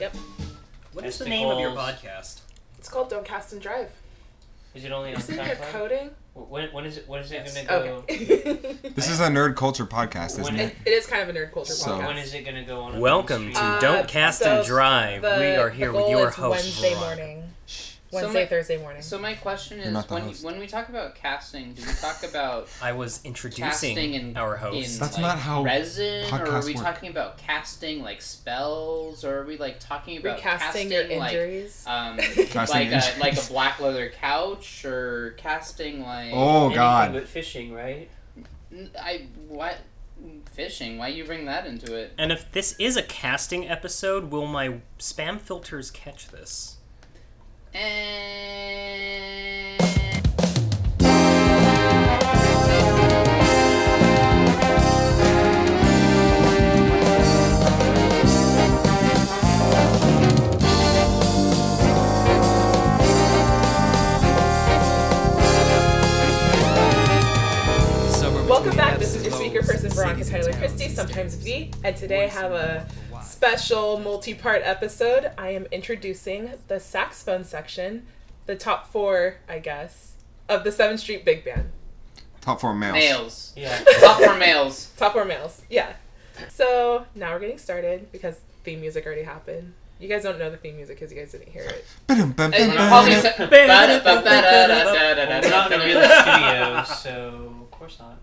Yep. What is the name of your podcast? It's called Don't Cast and Drive. Is it only on You're sitting there SoundCloud? coding. Wh- When, when is it? When is it Yes. gonna Oh. go? Okay. This is a nerd culture podcast, When isn't it- it? it, it is kind of a nerd culture So- podcast. When is it gonna go on? Welcome to Uh, Don't Cast and so Drive. the- we are the here with goal your is host Wednesday Veronica. morning. So Wednesday, my- Thursday morning. So my question You're is, not the when host. when we talk about casting, do we talk about I was introducing Casting in- our in, host. That's like, not how resin, or are podcasts we work. talking about casting like spells, or are we like talking about Recasting uh, casting your like injuries. um Casting like a, like a injuries. black leather couch or casting like Oh Anything God! But fishing, right? N- I what fishing? Why you bring that into it? and if this is a casting episode, will my spam filters catch this? And Welcome back. This is your speaker person, Veronica Tyler Christie, sometimes V, and today I have a special multi-part episode. I am introducing the saxophone section, the top four, I guess, of the Seventh Street Big Band. Top four males. males, Yeah. top for males. Top four males, yeah. So now we're getting started because theme music already happened. You guys don't know the theme music because you guys didn't hear it. Ba-dum, bum, Hey, bum, call me bum. se- ba-da-ba-ba-da-da-da-da-da. We're not in a real studio, so of course not.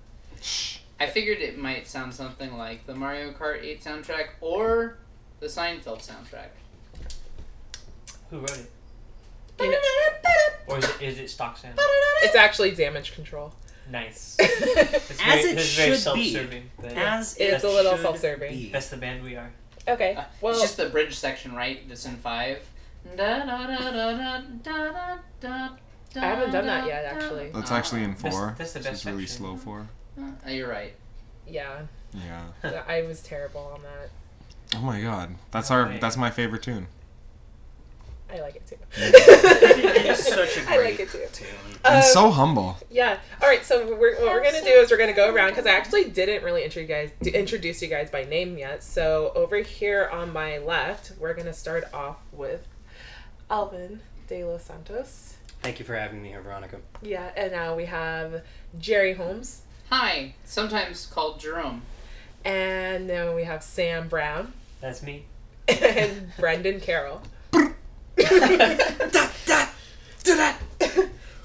I figured it might sound something like the Mario Kart 8 soundtrack or the Seinfeld soundtrack. Who wrote it? You know- Or is it, is it stock sound? it's actually damage control. Nice. okay. It's As very, it that's very should be. self-serving. But As It's it a little should self-serving. be. that's the band we are. Uh, Well, it's just the bridge section, right? That's in five. I I haven't done that yet, actually. That's actually in That's- four. that's the This best is really section. slow for. Uh, you're right. yeah, Yeah. I was terrible on that. Oh my God. That's our. Okay. That's my favorite tune. I like it too. It is such a I like great it too. tune. Um, I'm so humble. yeah. All right. So we're, what we're gonna do is we're gonna go around because I actually didn't really intro you guys, d- introduce you guys by name yet. So over here on my left, we're gonna start off with Alvin De Los Santos. Thank you for having me here, Veronica. Yeah, and now we have Jerry Holmes, Hi, sometimes called Jerome. and then we have Sam Brown That's me. and Brendan Carroll.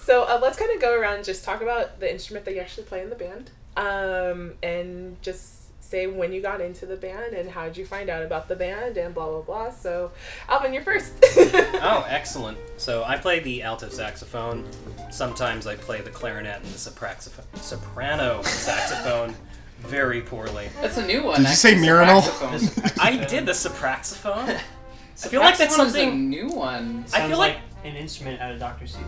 So uh, let's kind of go around and just talk about the instrument that you actually play in the band, um, and just say when you got into the band and how did you find out about the band and blah blah blah. So, Alvin, you're first. Oh, excellent. So I play the alto saxophone. Sometimes I play the clarinet and the sopraxophone, soprano saxophone very poorly. That's a new one. Did you say actually, murinal? saxophone. I Um, did the sopraxophone. I feel like that's Saxophone is a something. new one. I Sounds feel like, like- an instrument out of Dr. Seuss.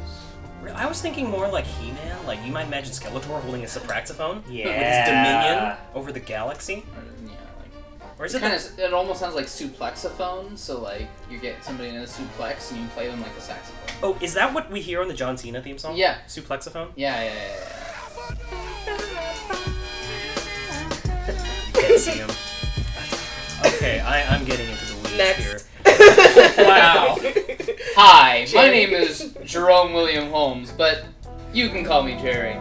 I was thinking more like He-Man. Like you might imagine Skeletor holding a sopraxophone with his dominion Yeah. over the galaxy, Or, yeah, like- or is It it? kind The, of it almost sounds like suplexophone. So like you get somebody in a suplex and you play them like a saxophone. oh, is that what we hear on the John Cena theme song? Yeah. Suplexophone. Yeah, yeah, yeah. yeah. You can't see him. Okay, I, I'm getting into the weeds Next. here. Wow. Hi, my name is Jerome William Holmes, but you can call me Jerry.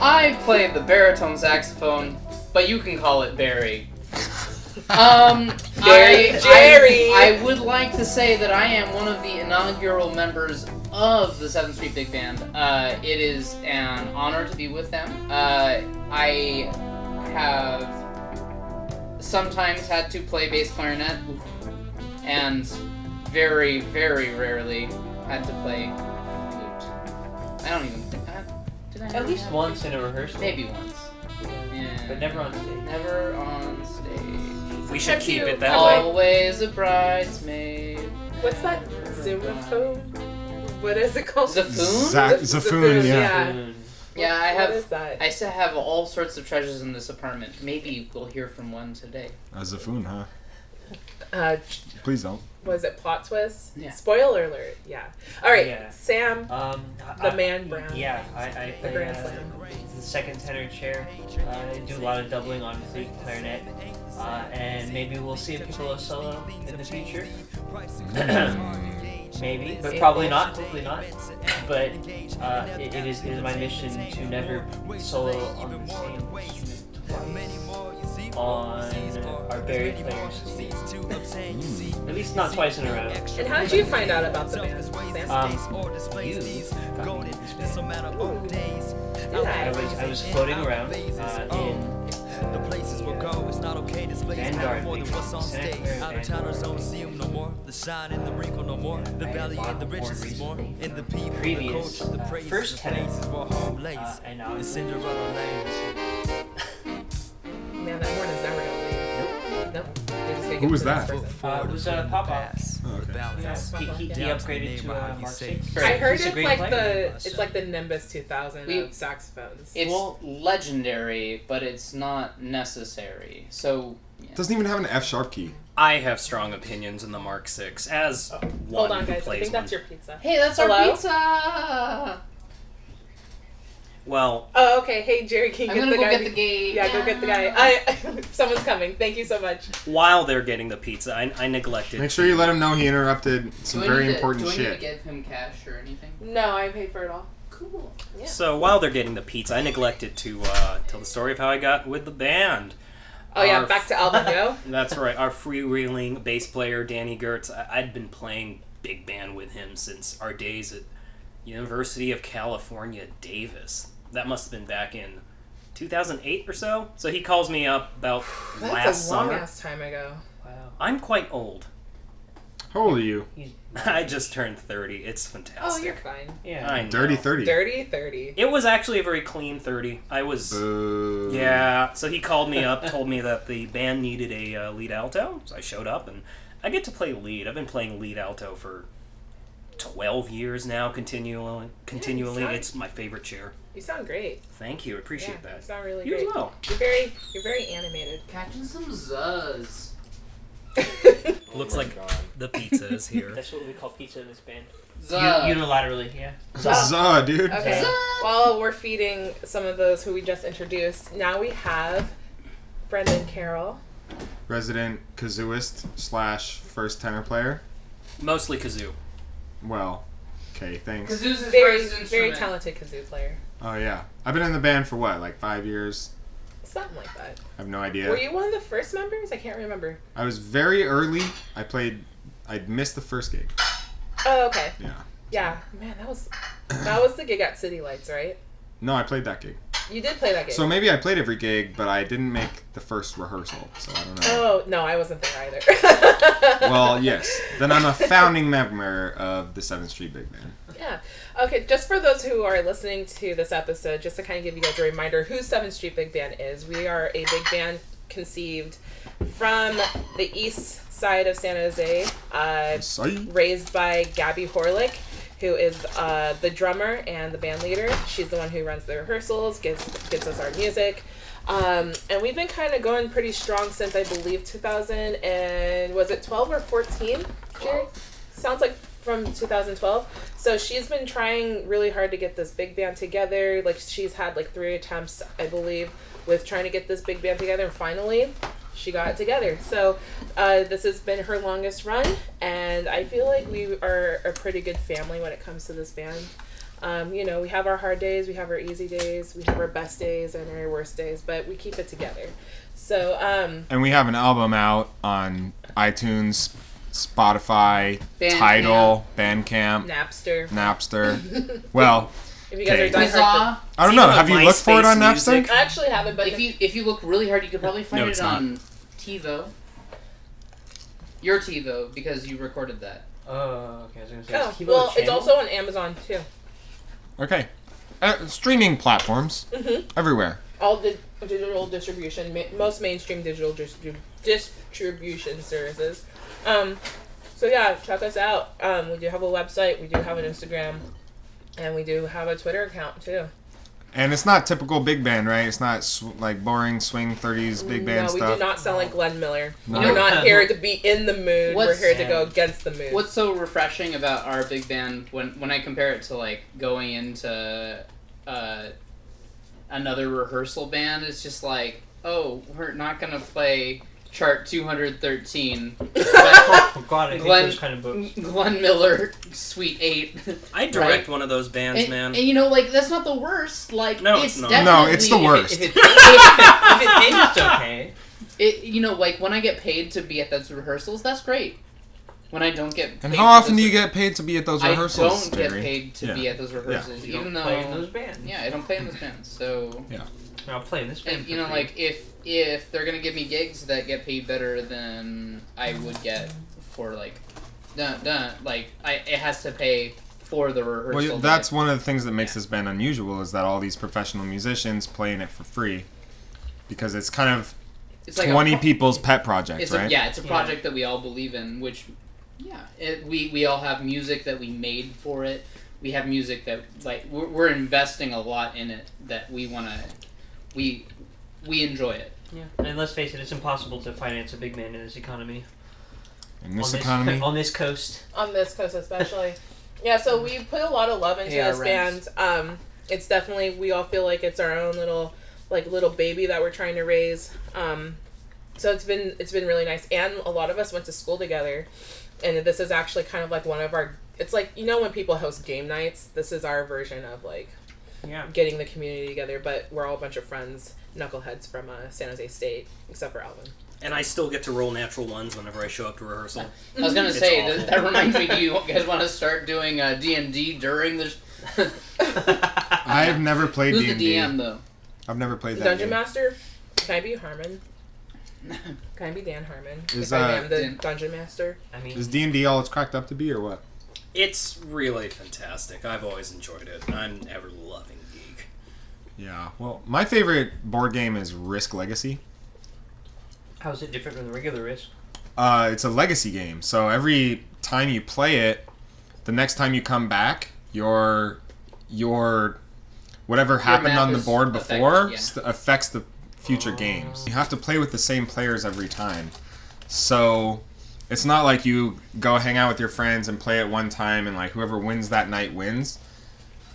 I play the baritone saxophone, but you can call it Barry. Um, Barry, I, Jerry. I, I would like to say that I am one of the inaugural members of the Seventh Street Big Band. Uh, it is an honor to be with them. Uh, I have sometimes had to play bass clarinet, and very, very rarely had to play flute. I don't even think I Did I At ever least have- once in a rehearsal. Maybe once. Yeah. But never on stage. Never on stage. We should keep it that way. Always a bridesmaid. What's that? Xylophone? What is it called? Zephoon? Za- Zephoon, yeah. Mm. Yeah, I What is have. that? I still have all sorts of treasures in this apartment. Maybe we'll hear from one today. A Zephoon, huh? Uh, Please don't. was it plot twist? Yeah. Spoiler alert. Yeah. All right, Yeah. Sam. Um, The I- man Brown. Yeah, I, I The play Grand uh, Slam. the second tenor chair. Uh, I do a lot of doubling on flute, clarinet, uh, and maybe we'll see a piccolo solo in the future. maybe, but probably not. Hopefully not. But uh, it, it is it is my mission to never solo on the same instrument twice on our buried players. team. At least not twice in a row. And how did you find out about the band, Sam? Um, you got me this band. Ooh. I Yeah. was I was floating around uh, in the places we'll go. It's not okay to play Vanguard for what's on stage. Out of towners don't see him no more. The shine and the wrinkle no more. The valley and the riches is more. In the people, previous, the culture, the praise, first the places where home lays. Uh, and I was Cinderella lanes. Man, that horn is never gonna leave. Nope. They just take Who it was for this that? person. Uh, it was a pop up. Oh, okay. He, he, he upgraded to uh, Mark Six. I heard He's a it's great like player. the it's like the Nimbus 2000 We- of saxophones. It's Well- legendary, but it's not necessary. So yeah. Doesn't even have an F sharp key. I have strong opinions in the Mark Six as one Hold on, who guys. I plays think that's one. your pizza. hey, that's Hello? our pizza. Well, Oh, okay. Hey, Jerry, can you I'm get the gonna go guy? get the gate. yeah, go get the guy. I someone's coming. Thank you so much. while they're getting the pizza, I, I neglected. Make sure you let him know he interrupted some Do I very need to- important do I need to shit. give him cash or anything? No, I paid for it all. Cool. Yeah. So while they're getting the pizza, I neglected to uh, tell the story of how I got with the band. Oh yeah, Our- back to Albino. That's right. Our freewheeling bass player Danny Gertz. I- I'd been playing big band with him since our days at University of California, Davis. That must have been back in 2008 or so. So he calls me up about That's last a long summer. ass time ago. Wow, I'm quite old. How old are you? he's I just turned 30. It's Oh, fantastic. you're fine. yeah. I know. Dirty 30. Dirty thirty. It was actually a very clean 30. I was. Boo. Yeah, so he called me up, told me that the band needed a uh, lead alto. So I showed up, and I get to play lead. I've been playing lead alto for twelve years now, continually. Continually, sound- it's my favorite chair. You sound great. Thank you, appreciate yeah, You that. sound really You great. as well. You're very you're very animated. Catching some zuzz. Looks like the pizza is here. That's what we call pizza in this band. Uh, Zuzz. U- unilaterally, yeah. Huzzah, dude. Okay. Zuzz. While we're feeding some of those who we just introduced, now we have Brendan Carroll. Resident kazooist slash first tenor player. Mostly kazoo. Well, okay, thanks. Kazoo's his Very first very instrument. talented kazoo player. Oh, yeah. I've been in the band for what, like five years? Something like that. I have no idea. Were you one of the first members? I can't remember. I was very early. I played. I missed the first gig. Oh, okay. Yeah. Yeah. Man, that was that was the gig at City Lights, right? No, I played that gig. You did play that gig. So maybe I played every gig, but I didn't make the first rehearsal. So I don't know. oh no, I wasn't there either. Well, yes. Then I'm a founding member of the Seventh Street Big Band. Yeah. Okay, just for those who are listening to this episode, just to kind of give you guys a reminder who 7th Street Big Band is, we are a big band conceived from the east side of San Jose, uh, Psych. raised by Gabby Horlick, who is uh, the drummer and the band leader. She's the one who runs the rehearsals, gives, gives us our music. Um, and we've been kind of going pretty strong since I believe 2000 and was it 12 or 14? Jerry? Sounds like from 2012. So she's been trying really hard to get this big band together. Like she's had like three attempts, I believe, with trying to get this big band together. And finally, she got it together. So uh, this has been her longest run, and I feel like we are a pretty good family when it comes to this band. Um, you know, we have our hard days, we have our easy days, we have our best days and our worst days, but we keep it together. So, um, And we have an album out on iTunes, Spotify, Bandcamp. Tidal, Bandcamp, Napster. Napster. well, If you guys Okay. are done, Huzzah. I don't It's know. even Have on you looked for it MySpace on Napster? Music. I actually haven't, but If you if you look really hard, you could probably find No, it's it on TiVo. Your TiVo because you recorded that. Oh, okay. I was gonna say. Oh, is Kibo a well, it's channel? also on Amazon too. Okay. Uh, streaming platforms Mhm. everywhere. All the digital distribution, ma- most mainstream digital distri- distribution services. Um, so yeah, check us out. Um, we do have a website, we do have an Instagram, and we do have a Twitter account too. And it's not typical big band, right? It's not sw- like boring swing 30s big band no, we stuff. do not sound like Glenn Miller. No. We're not here to be in the mood. We're What's- here to go against the mood. What's so refreshing about our big band when when I compare it to like going into uh, another rehearsal band, it's just like, oh, we're not gonna play chart 213, but Oh God, I hate Glenn- those kind of books. Glenn Miller Sweet Eight. I direct Right. one of those bands, And, man. and you know, like that's not the worst. Like No, it's it's not. definitely No, it's the if it- worst. if it- if it ends, it's okay. it you know like when I get paid to be at those rehearsals, that's great. When I don't get And paid how for often those do you get paid to be at those I rehearsals? don't get Jerry? paid to Yeah. be at those rehearsals, You even don't though play in those bands. yeah, I don't play in those bands. So No, I'll play in this band. and, you for know, free. like if if they're gonna give me gigs that get paid better than I would get for like, dun, dun, like I it has to pay for the rehearsal. Well, that- that's one of the things that makes this band unusual is that all these professional musicians playing it for free, because it's kind of it's like a twenty pro- people's pet project, It's a, right? yeah, it's a Yeah. project that we all believe in, which yeah, it, we we all have music that we made for it. We have music that like we're, we're investing a lot in it that we want to we we enjoy it. Yeah. And let's face it, it's impossible to finance a big man in this economy. In this on this economy, on this coast. on this coast especially. yeah, so we put a lot of love into Pay our this rents. band. Um, it's definitely we all feel like it's our own little like little baby that we're trying to raise. Um, so it's been it's been really nice, and a lot of us went to school together, and this is actually kind of like one of our. It's like you know when people host game nights, this is our version of like Yeah. getting the community together, but we're all a bunch of friends, knuckleheads from uh, San Jose State, except for Alvin. And I still get to roll natural ones whenever I show up to rehearsal. I was gonna Mm-hmm. It's say awful. that, that reminds me. Do you guys want to start doing uh, D and D during the? I have never played Who's D and D. the DM though? I've never played that. Dungeon game. Master, can I be Harmon? Can I be Dan Harmon? if Is, I uh, am the Dan- Dungeon Master. I mean, Is D and D all it's cracked up to be, or what? It's really fantastic. I've always enjoyed it. I'm an ever loving geek. Yeah. Well, my favorite board game is Risk Legacy. how is it different from the regular risk? uh, it's a legacy game. So every time you play it, the next time you come back, your your whatever happened map on the is board affected, before yeah. st- affects the future games. You have to play with the same players every time. So it's not like you go hang out with your friends and play it one time and like whoever wins that night wins.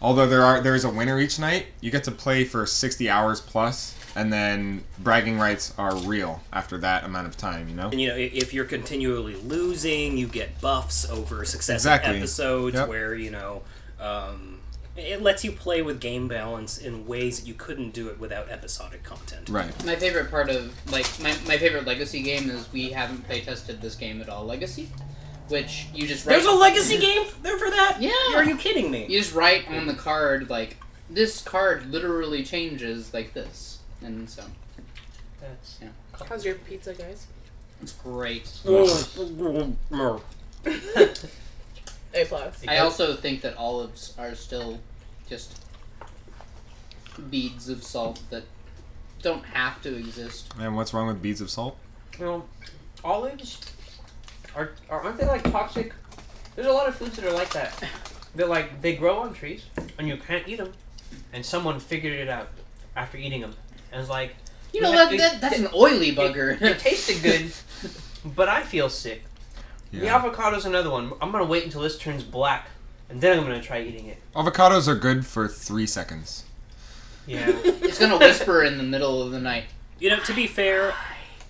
Although there are there is a winner each night, you get to play for 60 hours plus and then bragging rights are real after that amount of time, you know? And you know, i- if you're continually losing, you get buffs over successive Exactly. episodes Yep. where, you know, um, it lets you play with game balance in ways that you couldn't do it without episodic content. Right. My favorite part of like my, my favorite legacy game is we haven't play tested this game at all. Legacy, which you just write, There's a legacy game there for that? Yeah. Are you kidding me? you just write on the card like this card literally changes like this, and so That's How's your pizza, guys? it's great. A plus. I also think that olives are still just beads of salt that don't have to exist. And what's wrong with beads of salt? You know, olives are, are aren't they like toxic? There's a lot of foods that are like that. They're like they grow on trees and you can't eat them. And someone figured it out after eating them. And it's like You Yeah, know that, it- that that's an oily bugger. it tasted good, but I feel sick. The avocado's another one. I'm gonna wait until this turns black, and then I'm gonna try eating it. Avocados are good for three seconds. Yeah. It's gonna whisper in the middle of the night, You know, to be fair,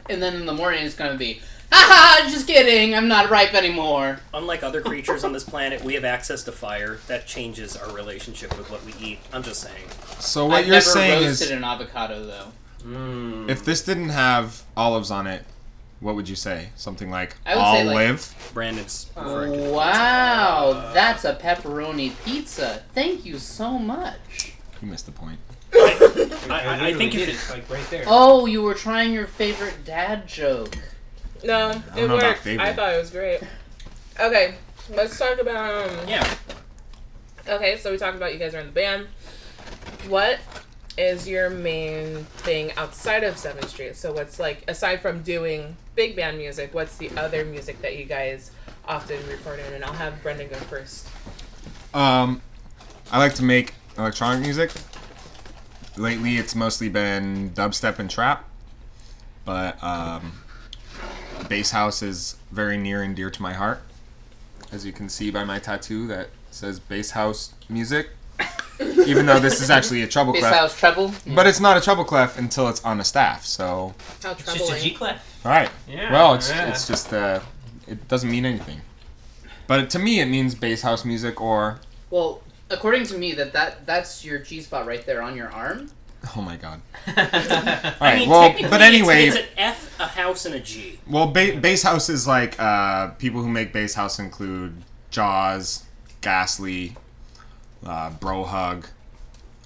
and then in the morning it's gonna be, haha, just kidding, I'm not ripe anymore. unlike other creatures on this planet, we have access to fire. That changes our relationship with what we eat. I'm just saying. So what I've you're never saying is, roasted an avocado though. mm. if this didn't have olives on it, what would you say? Something like I would say, like- olive. Brandon's Uh, referring to Wow, that's a pepperoni pizza. Thank you so much. you missed the point. I- I- I literally think if did it- it, like right there. Oh, you were trying your favorite dad joke. No, don't it know about worked. I favorite. thought it was great. Okay, let's talk about. Um, Yeah. Okay, so we talked about you guys are in the band. What is your main thing outside of Seventh Street? So what's like aside from doing big band music? What's the other music that you guys often record in? And I'll have Brendan go first. Um, I like to make electronic music. lately it's mostly been dubstep and trap, but um, bass house is very near and dear to my heart, as you can see by my tattoo that says bass house music. Even though this is actually a treble Bass clef, house treble. but it's not a treble clef until it's on a staff. So How It's just a troubling. G clef. all right. Yeah, well, it's yeah. it's just uh, it doesn't mean anything. But to me, it means bass house music or Well, according to me, that, that that's your G spot right there on your arm. oh my god. I All right. I mean, well, technically, but it's- anyway, it's, an F, a house, and a G. well, ba- bass house is like uh, people who make bass house include Jaws, Ghastly, uh, Bro Hug,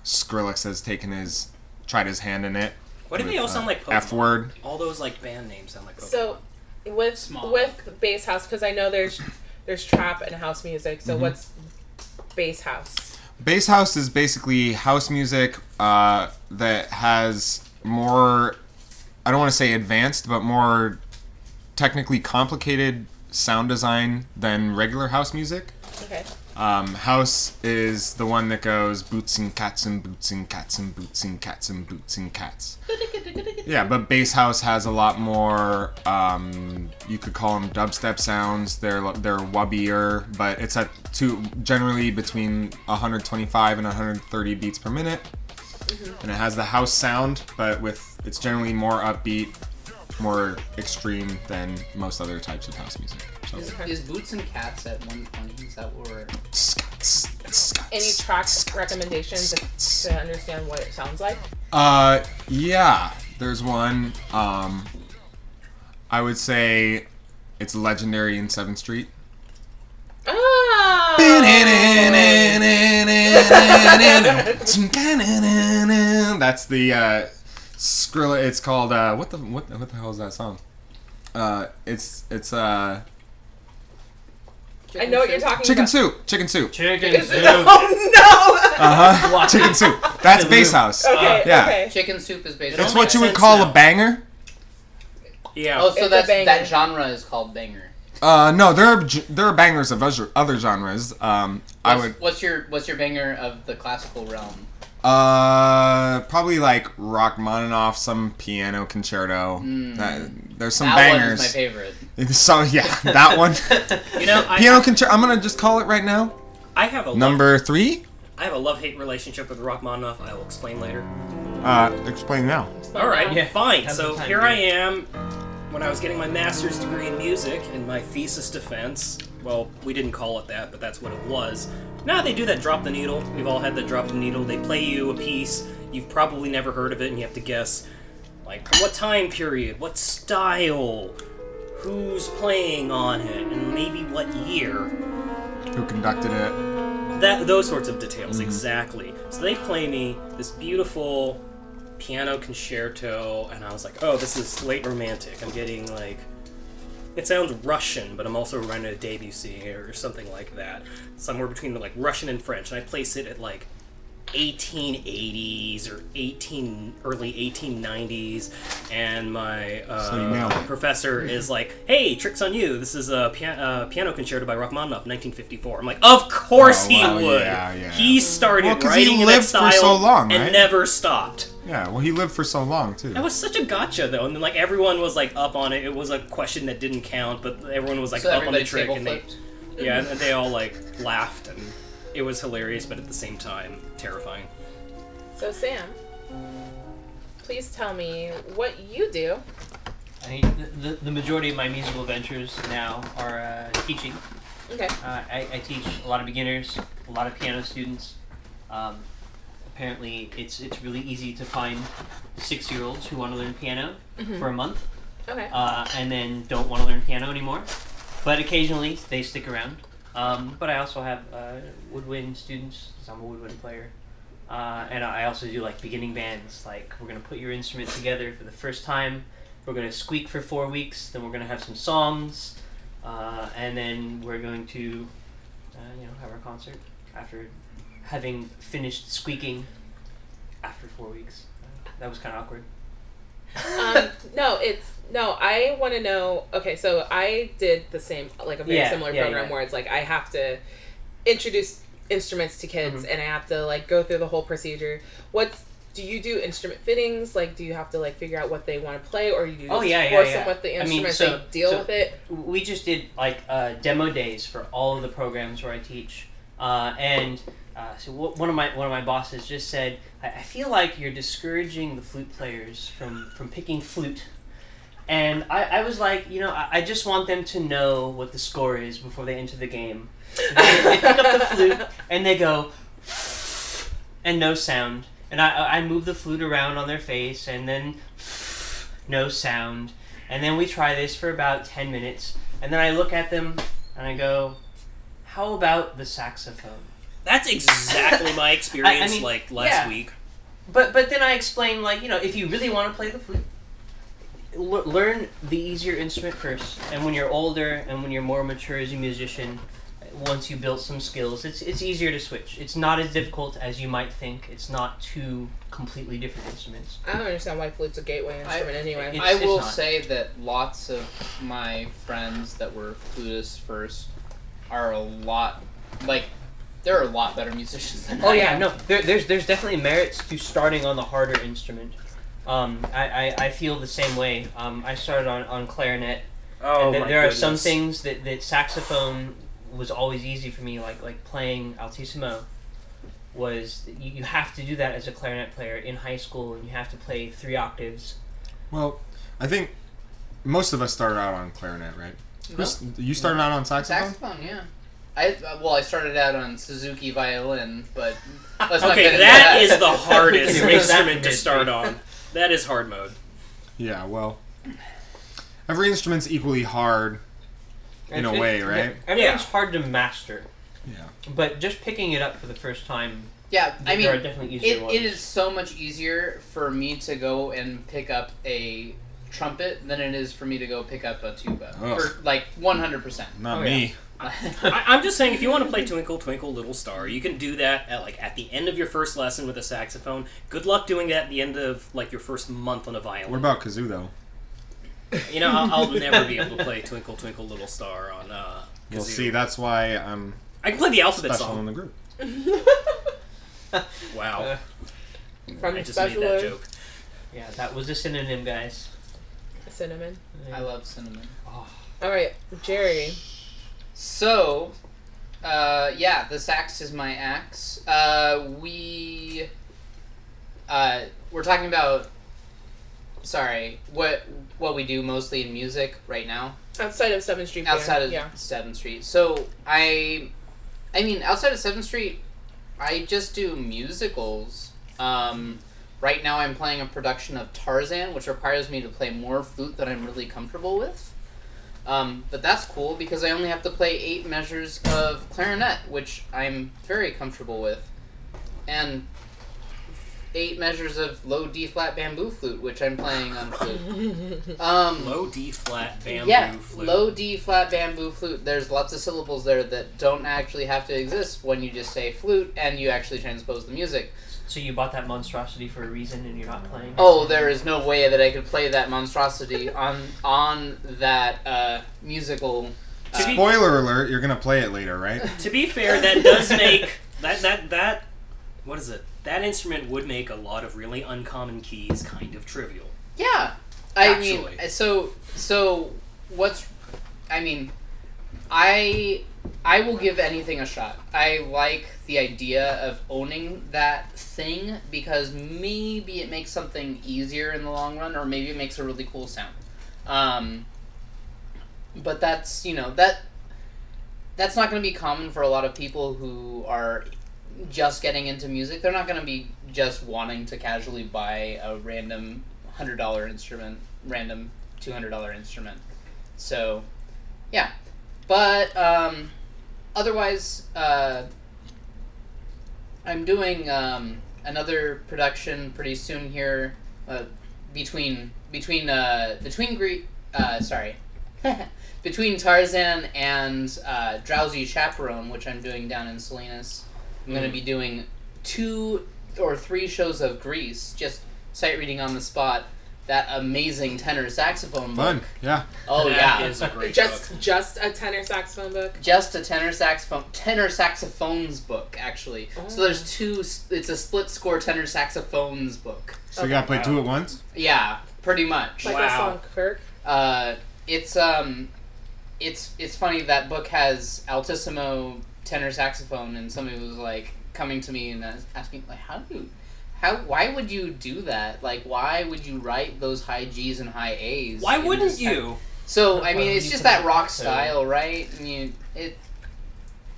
Skrillex has taken his tried his hand in it. What do they all sound like? Pokemon? F word. All those like band names sound like Pokemon. So with Small. with bass house because I know there's there's trap and house music. Mm-hmm. So what's bass house? Bass house is basically house music uh, that has more, I don't want to say advanced, but more technically complicated sound design than regular house music. Okay. Um, house is the one that goes boots and cats and boots and cats and boots and cats and boots and cats. Yeah, but bass house has a lot more. Um, you could call them dubstep sounds. They're they're wubbier, but it's at two generally between 125 and 130 beats per minute, and it has the house sound, but with it's generally more upbeat, more extreme than most other types of house music. So. Is, is boots and cats at 120? Is that where? Any track recommendations to, to understand what it sounds like? Uh, yeah. There's one. Um, I would say it's legendary in Seventh Street. Ah! Oh. That's the uh, Skrilla. It's called uh, what the what the, what the hell is that song? Uh, it's it's uh I know what you're talking chicken about. soup, chicken soup, Chicken Is it- soup. Oh no! uh huh, chicken soup. That's Bass House. Okay. Yeah. Okay. Chicken soup is basically. It's what you would call a banger. yeah, Oh, so It's a that's banger. that genre is called banger. Uh, no, there are j- there are bangers of other other genres. Um, I What's- would What's your what's your banger of the classical realm? Uh, probably like Rachmaninoff, some piano concerto. That- there's some Hmm. that bangers. one is my favorite. So yeah, that one. you know, I, piano concerto. I'm gonna just call it right now. I have a love, Number three. I have a love hate relationship with Rachmaninoff. I will explain later. Uh, explain now. All right, Yeah, fine. have So the time, here dude. I am. When I was getting my master's degree in music and my thesis defense, well, we didn't call it that, but that's what it was. Now they do that drop the needle. We've all had that drop the needle. They play you a piece you've probably never heard of it, and you have to guess, like what time period, what style, who's playing on it, and maybe what year Who conducted it? that those sorts of details exactly so they play me this beautiful piano concerto and i was like oh this is late romantic i'm getting like it sounds russian but i'm also running a debussy or something like that somewhere between like russian and french and i place it at like 1880s or 18 early 1890s and my uh, So you nailed it. professor is like hey tricks on you this is a pia- uh, piano concerto by rachmaninoff 1954 i'm like of course Oh, he wow, would yeah, yeah. he started Well, 'cause he writing in lived that style for so long, right? and never stopped Yeah. Well, he lived for so long too. that was such a gotcha though and then like everyone was like up on it it was a question that didn't count but everyone was like So up on everyone the did trick table and they flipped. yeah, and they all like laughed, and it was hilarious, but at the same time, terrifying. So Sam, please tell me what you do. I, the, the majority of my musical ventures now are uh, teaching. Okay. Uh, I, I teach a lot of beginners, a lot of piano students. Um, apparently, it's it's really easy to find six year olds who want to learn piano Mm-hmm. for a month Okay. uh, and then don't want to learn piano anymore. But occasionally, they stick around. Um, but I also have uh, woodwind students 'cause I'm a woodwind player. Uh, and I also do like beginning bands. Like, we're going to put your instrument together for the first time. We're going to squeak for four weeks. Then we're going to have some songs. Uh, and then we're going to, uh, you know, have our concert after having finished squeaking after four weeks. Uh, that was kind of awkward. um, no, it's no. I want to know. Okay, so I did the same, like a very Yeah, similar yeah, program yeah. where it's like I have to Mm-hmm. introduce instruments to kids and I have to like go through the whole procedure. What's do you do instrument fittings? Like, do you have to like figure out what they want to play, or you just Oh, yeah, yeah, force yeah. them with the I mean, instrument? so- they deal so- with it. we just did like uh, demo days for all of the programs where I teach, uh, and uh, so w- one of my one of my bosses just said, I-, "I feel like you're discouraging the flute players from from picking flute." And I, I was like, you know, I, I just want them to know what the score is before they enter the game. So They, they pick up the flute and they go, and no sound. And I, I move the flute around on their face, and then no sound. And then we try this for about 10 minutes. And then I look at them and I go, How about the saxophone? That's exactly my experience. mean, like last yeah. week, But, but then I explain, like, you know, if you really want to play the flute, l- learn the easier instrument first. And when you're older and when you're more mature as a musician, once you built some skills, it's, it's easier to switch. It's not as difficult as you might think. It's not two completely different instruments. I don't understand why flute's a gateway instrument anyway. It's- I it's will not. say that lots of my friends that were flutists first are a lot like they're a lot better musicians than Oh I yeah, am. no. There, there's there's definitely merits to starting on the harder instrument. Um, I, I, I feel the same way. Um, I started on, on clarinet, oh and then my there are some goodness. things that, that saxophone was always easy for me, like like playing altissimo. Was you, you have to do that as a clarinet player in high school, and you have to play three octaves. Well, I think most of us started out on clarinet, right? No. Chris, You started out on saxophone? Saxophone, yeah. I uh, well, I started out on Suzuki violin, but let's not get Okay, into that that is the hardest We can erase that instrument from to history. start on. That is hard mode. Yeah, well, every instrument's equally hard in a It's- way, yeah, right? Everything's hard to master, Yeah. but just picking it up for the first time, yeah. I there are mean, definitely easier it, ones. it is so much easier for me to go and pick up a trumpet than it is for me to go pick up a tuba. Ugh. For like one hundred percent. Not Oh, me. I, I'm just saying, if you want to play "Twinkle Twinkle Little Star," you can do that at like at the end of your first lesson with a saxophone. Good luck doing that at the end of like your first month on a violin. What about kazoo though? You know, I'll, I'll never be able to play "Twinkle Twinkle Little Star" on. Uh, Well, kazoo. see, that's why I'm I can play the alphabet special song. in the group. Wow, Uh, From I just special made that Ed, joke. yeah, that was a synonym, guys. cinnamon. I love cinnamon. All right, Jerry. So, uh, yeah, the sax is my axe. Uh, we uh, we're talking about. Sorry, what what we do mostly in music right now Outside of Seventh Street. Fair, outside of yeah. Seventh Street. So I, I mean, outside of Seventh Street, I just do musicals. Um, right now, I'm playing a production of Tarzan, which requires me to play more flute than I'm really comfortable with. Um, but that's cool because I only have to play eight measures of clarinet, which I'm very comfortable with, and eight measures of low D flat bamboo flute, which I'm playing on flute. Um, Low D flat bamboo yeah, flute. low D flat bamboo flute. There's lots of syllables there that don't actually have to exist when you just say flute and you actually transpose the music. So you bought that monstrosity for a reason, and you're not playing. it? Oh, there is no way that I could play that monstrosity on on that uh, musical. To be- Spoiler alert, you're gonna play it later, right? to be fair, that does make that that that what is it? That instrument would make a lot of really uncommon keys kind of trivial. Yeah, I Actually. mean, so so what's, I mean, I I will give anything a shot. I like the idea of owning that thing because maybe it makes something easier in the long run, or maybe it makes a really cool sound. Um, but that's you know that that's not going to be common for a lot of people who are just getting into music. They're not going to be just wanting to casually buy a random hundred dollar instrument, random two hundred dollar instrument. So, yeah, but um, otherwise, uh, I'm doing um, another production pretty soon here. Uh, between between uh, between Greek, uh, sorry, between Tarzan and uh, Drowsy Chaperone, which I'm doing down in Salinas. I'm going to be doing two or three shows of Greece, just sight reading on the spot, that amazing tenor saxophone Fun. book. Yeah. Oh That yeah, is a great just book. just a tenor saxophone book. just a tenor saxophone tenor saxophones book actually. So Oh. there's two. s- It's a split score tenor saxophones book. So you gotta play two at once. Yeah, pretty much. Like that Wow. song Kirk. Uh, it's um, it's it's funny that book has altissimo tenor saxophone, and somebody was like coming to me and as- asking like, how do you, how why would you do that? Like, why would you write those high G's and high A's? Why in wouldn't this type- you? So I Well, mean, it's you just can that rock also- style, right? I mean, it.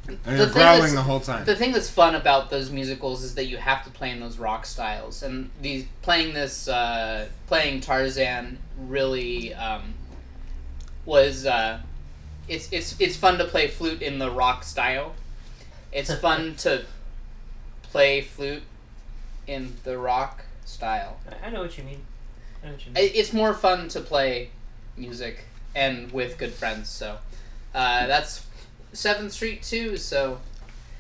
And The you're thing that's- growling the whole time. The thing that's fun about those musicals is that you have to play in those rock styles, and these playing this uh, playing Tarzan really um, was uh, it's it's it's fun to play flute in the rock style. It's fun to play flute in the rock style. I, I know what you mean. I know what you mean. I- It's more fun to play music and with good friends. So uh, that's Seventh Street too. So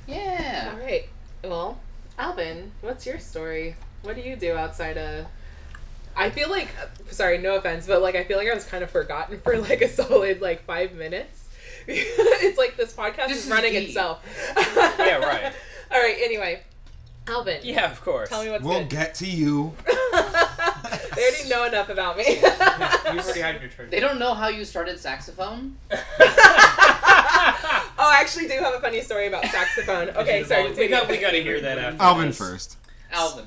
yeah. All right. Well, Alvin, what's your story? What do you do outside of? I feel like, sorry, no offense, but like I feel like I was kind of forgotten for like a solid like five minutes. it's like this podcast This is is running deep. itself. Yeah, right. All right. Anyway, Alvin, Yeah, of course. tell me what's We'll good. get to you. they already know enough about me. you already had your turn. They don't know how you started saxophone. oh, I actually do have a funny story about saxophone. Okay, sorry. we got we continue. got to hear that after. Alvin this. first. Alvin.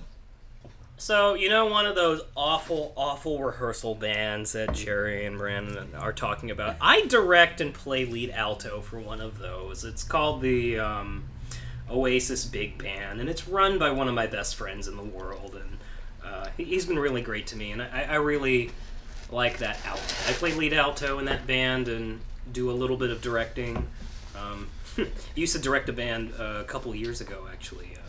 So you know one of those awful, awful rehearsal bands that Jerry and Brandon are talking about. I direct and play lead alto for one of those. It's called the um, Oasis Big Band, and it's run by one of my best friends in the world, and uh, he- he's been really great to me, and I, I really like that alto. I play lead alto in that band and do a little bit of directing. Um, I used to direct a band uh, a couple years ago, actually, uh,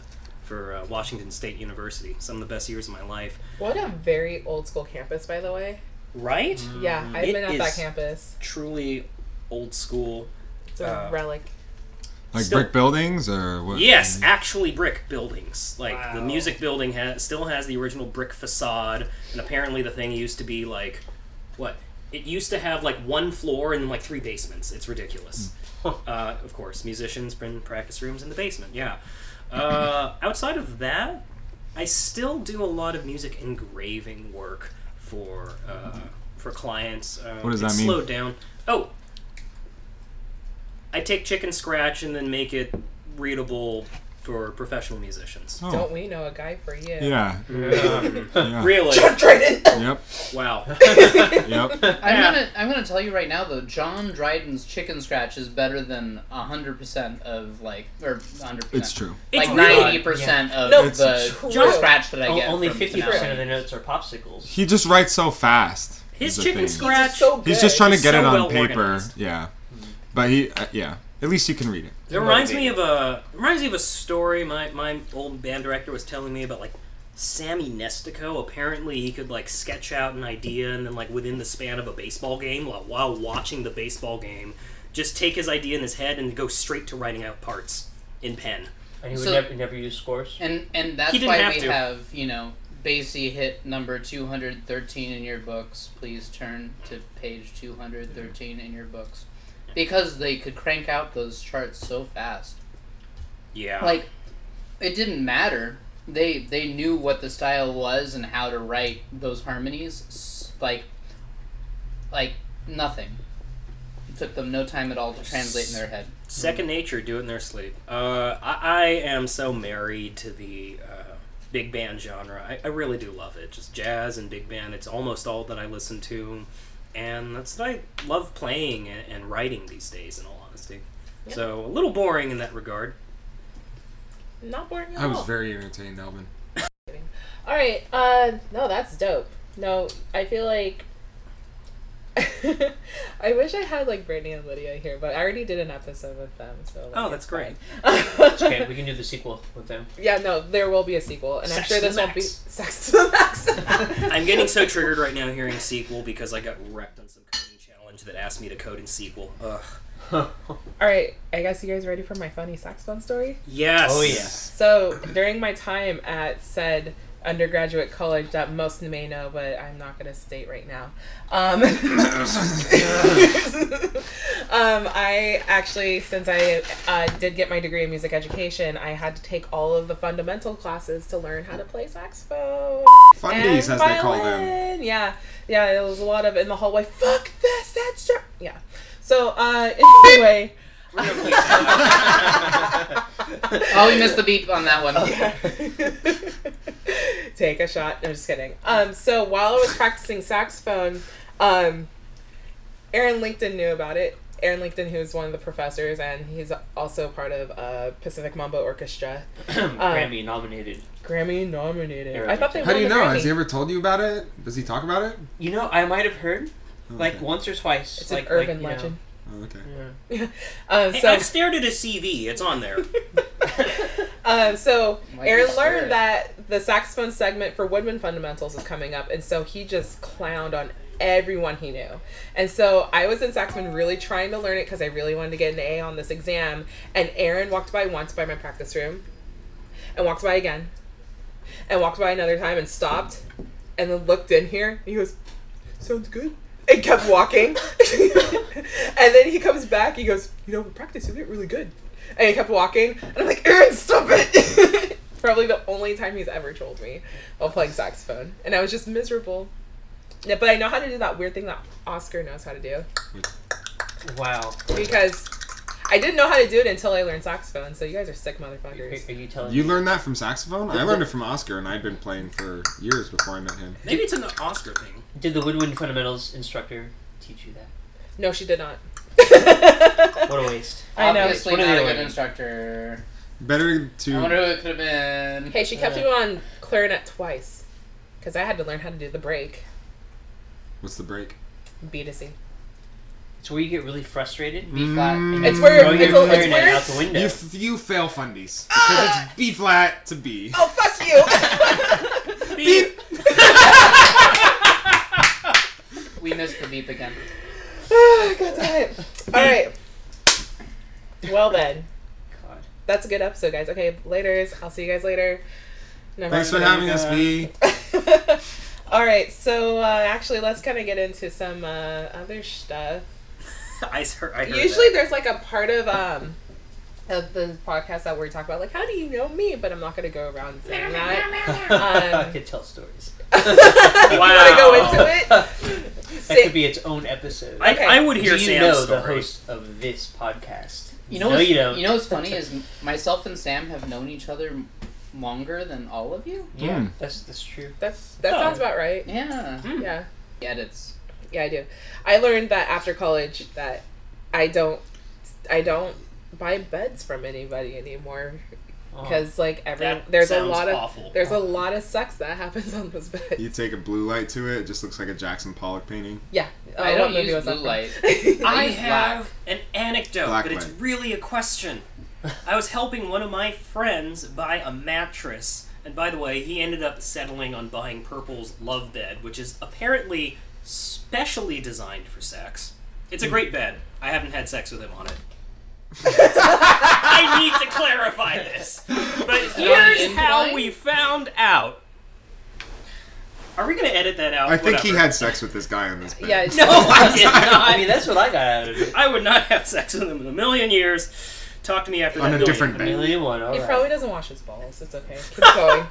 for uh, Washington State University. Some of the best years of my life. What a very old school campus, by the way. Right? Yeah, I've Mm-hmm. It been at is- that campus. Mm, Truly old school. It's a Uh, relic. Like Still- brick buildings or what? Yes, actually brick buildings. Like the Wow. music building has still has the original brick facade, and apparently the thing used to be like what? It used to have like one floor and like three basements. It's ridiculous. Hmm. Uh, of course, musicians bring practice rooms in the basement. Yeah. Uh, outside of that, I still do a lot of music engraving work for uh, for clients. Uh, What does it's that mean? Slowed down. Oh, I take chicken scratch and then make it readable for professional musicians. Oh. Don't we know a guy for you? Yeah. yeah. Really? Yep. wow. Yep. I'm gonna I'm gonna tell you right now though, John Dryden's chicken scratch is better than hundred percent of like or hundred It's percent. true. It's Like really- ninety percent of No, It's the true. scratch that I Oh, get. only from fifty percent of finale. the notes are popsicles. He just writes so fast. is His the chicken thing. He's scratch. just so good. He's just trying to He's get so it on well paper. organized. Yeah. But he, uh, yeah. At least you can read it. It reminds me of a it reminds me of a story my my old band director was telling me about like Sammy Nestico. Apparently, he could like sketch out an idea and then like within the span of a baseball game, like, while watching the baseball game, just take his idea in his head and go straight to writing out parts in pen. And he would So- never, never use scores. And and that's He didn't why have we to. have, you know, Basie hit number two hundred thirteen in your books. Please turn to page two hundred thirteen in your books. Because they could crank out those charts so fast. Yeah, like it didn't matter they they knew what the style was and how to write those harmonies s- like like nothing it took them no time at all to translate in their head second nature. Do it in their sleep. Uh, I, I am so married to the. Uh, Big band genre. I, I really do love it. Just jazz and big band. It's almost all that I listen to. and that's what I love playing and, and writing these days. In all honesty, so a little boring in that regard. Not boring at I was all. very entertained, Alvin. all right. Uh, no, that's dope. No, I feel like. I wish I had like Brittany and Lydia here, but I already did an episode with them, so. Like, Oh, that's great. it's fine. Okay, we can do the sequel with them. yeah, no, there will be a sequel, and I'm Sex sure to this the won't be max. sex to the max. I'm getting so triggered right now hearing sequel because I got wrecked on some coding challenge that asked me to code in sequel. Ugh. All right, I guess you guys ready for my funny saxophone story? Yes. Oh, yes. So during my time at said undergraduate college that most may know, but I'm not going to state right now. Um, um, I actually, since I uh, did get my degree in music education, I had to take all of the fundamental classes to learn how to play saxophone. Fundies, and as they call them. violin. Yeah, yeah, there was a lot of in the hallway. Fuck this, that's true. Yeah. So, uh, anyway. Oh, we missed the beat on that one. Take a shot. No, just kidding. Um, so while I was practicing saxophone, um, Aaron Linkton knew about it. Aaron Linkton, who is one of the professors, and he's also part of uh, Pacific Mambo Orchestra, Grammy nominated. Grammy nominated. Aaron I thought they How won do you the know? Grammy. Has he ever told you about it? Does he talk about it? You know, I might have heard like Okay. once or twice. It's like an urban like, you know. legend. Oh, okay. Um, Hey, so I've stared at a CV. It's on there. Um, so Might Aaron be learned scared. that the saxophone segment for Woodman Fundamentals is coming up, and so he just clowned on everyone he knew. And so I was in saxophone really trying to learn it because I really wanted to get an A on this exam. And Aaron walked by once by my practice room, and walked by again, and walked by another time and stopped, and then looked in here. And he goes, "Sounds good." And kept walking, and then he comes back. He goes, "You know, we practiced. You did really good." And he kept walking, and I'm like, Aaron, stop it! Probably the only time he's ever told me while playing saxophone. And I was just miserable. Yeah, but I know how to do that weird thing that Oscar knows how to do. Wow. Because I didn't know how to do it until I learned saxophone, so you guys are sick Are motherfuckers. are you telling You learned that from saxophone? I learned it from Oscar, and I'd been playing for years before I met him. Maybe it's an Oscar thing. Did the woodwind fundamentals instructor teach you that? No, she did not. What a waste. I know. Obviously What are not they a good doing? instructor. Better I wonder to. who it could have been. Hey, she kept me on clarinet twice. Because I had to learn how to do the break. What's the break? B to C. It's where you get really frustrated. B flat. Mm. It's where Throw it's, your a- it's clarinet where out the window. You, f- you fail fundies. Because it's B flat to B. Oh fuck you! Beep. We missed the beep again. God damn it. Alright. Well then. God. that's a good episode, guys. Okay, later. I'll see you guys later. Never Thanks for mind. having us, B. All right, so uh, actually, let's kind of get into some uh, other stuff. I s- heard. I heard Usually, that. there's like a part of um of the podcast that we talk about, like how do you know me? But I'm not gonna go around saying that. I could tell stories. You wanna go into it? That could Say, be its own episode. I, okay. I would hear Do you Sam's know story. the host of this podcast? You know, no, what's, you don't. know what's funny is myself and Sam have known each other m- longer than all of you. Yeah, Hmm. that's that's true. that's that Oh. sounds about right. Yeah. Yeah, The edits. yeah, I do. I learned that after college that I don't I don't buy beds from anybody anymore Oh. because like every That there's a sounds lot of awful. There's a lot of sex that happens on those beds. You take a blue light to it, it just looks like a Jackson Pollock painting. Yeah, Oh, I what don't movie use was that blue from? light. I Black. have an anecdote, Black but it's light. really a question. I was helping one of my friends buy a mattress, and by the way, he ended up settling on buying Purple's Love Bed, which is apparently specially designed for sex. It's a great bed. I haven't had sex with him on it. I need to clarify this. But here's how we found out. Are we going to edit that out? I think he Whatever. had sex with this guy on this bed. Yeah, it's- No, I did not. I mean, that's what I got out of it. I would not have sex with him in a million years. Talk to me after On that a million. different bed. Really one. All he right. probably doesn't wash his balls. It's okay. Keep going.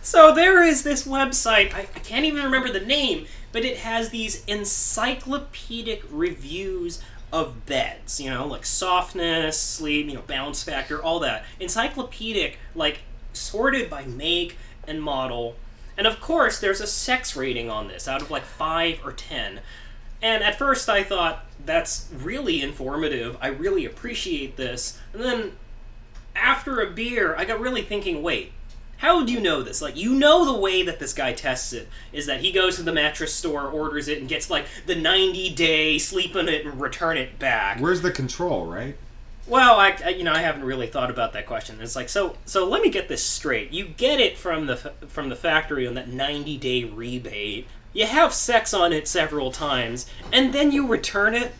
So there is this website. I, I can't even remember the name, but it has these encyclopedic reviews of beds. You know, like softness, sleep, you know, bounce factor, all that. Encyclopedic, like sorted by make and model. And of course, there's a sex rating on this out of like five or ten. And at first I thought, that's really informative. I really appreciate this. And then after a beer, I got really thinking, wait, how do you know this? Like, you know the way that this guy tests it is that he goes to the mattress store, orders it, and gets like the 90 day sleep on it and return it back. Where's the control, right? Well, I, I- you know I haven't really thought about that question. It's like so so. Let me get this straight. You get it from the f- from the factory on that ninety day rebate. You have sex on it several times, and then you return it.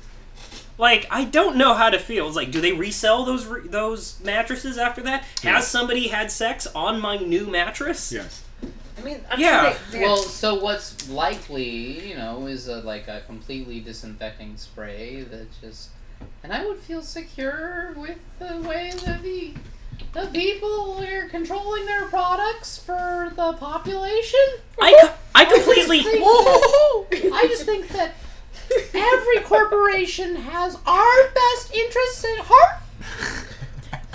Like I don't know how to feel. It's like, do they resell those re- those mattresses after that? Yes. Has somebody had sex on my new mattress? Yes. And mean, I'm Yeah. sure they, they Well, so what's likely, you know, is a, like a completely disinfecting spray that just, and I would feel secure with the way that the the people are controlling their products for the population. I, co- I completely. I just think that every corporation has our best interests at heart.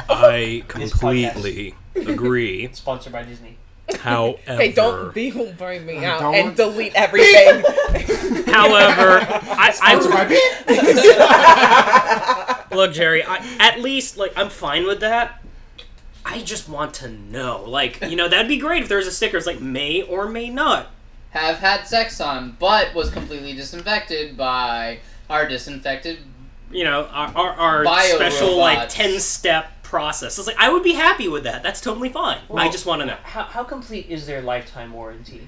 I podcast. completely agree. sponsored by Disney. However, Okay, don't be who burn me out Don't- and delete everything. however, I, That's I my beat. Look, Jerry, I, at least like I'm fine with that. I just want to know, like you know, that'd be great if there was a sticker. It's like may or may not. Have had sex on, but was completely disinfected by our disinfected You know, our our, our Bio special like robots. ten step process. It's like I would be happy with that. That's totally fine. I Well- just want to know. How, how complete is their lifetime warranty?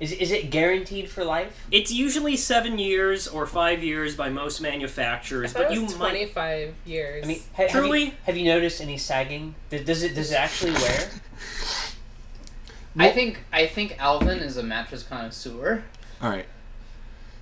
Is, is it guaranteed for life? It's usually seven years or five years by most manufacturers, That but was you might 25 years. I mean, ha- have you- Truly? have you noticed any sagging? Does, does it does it actually wear? I think I think Alvin is a mattress connoisseur. All right.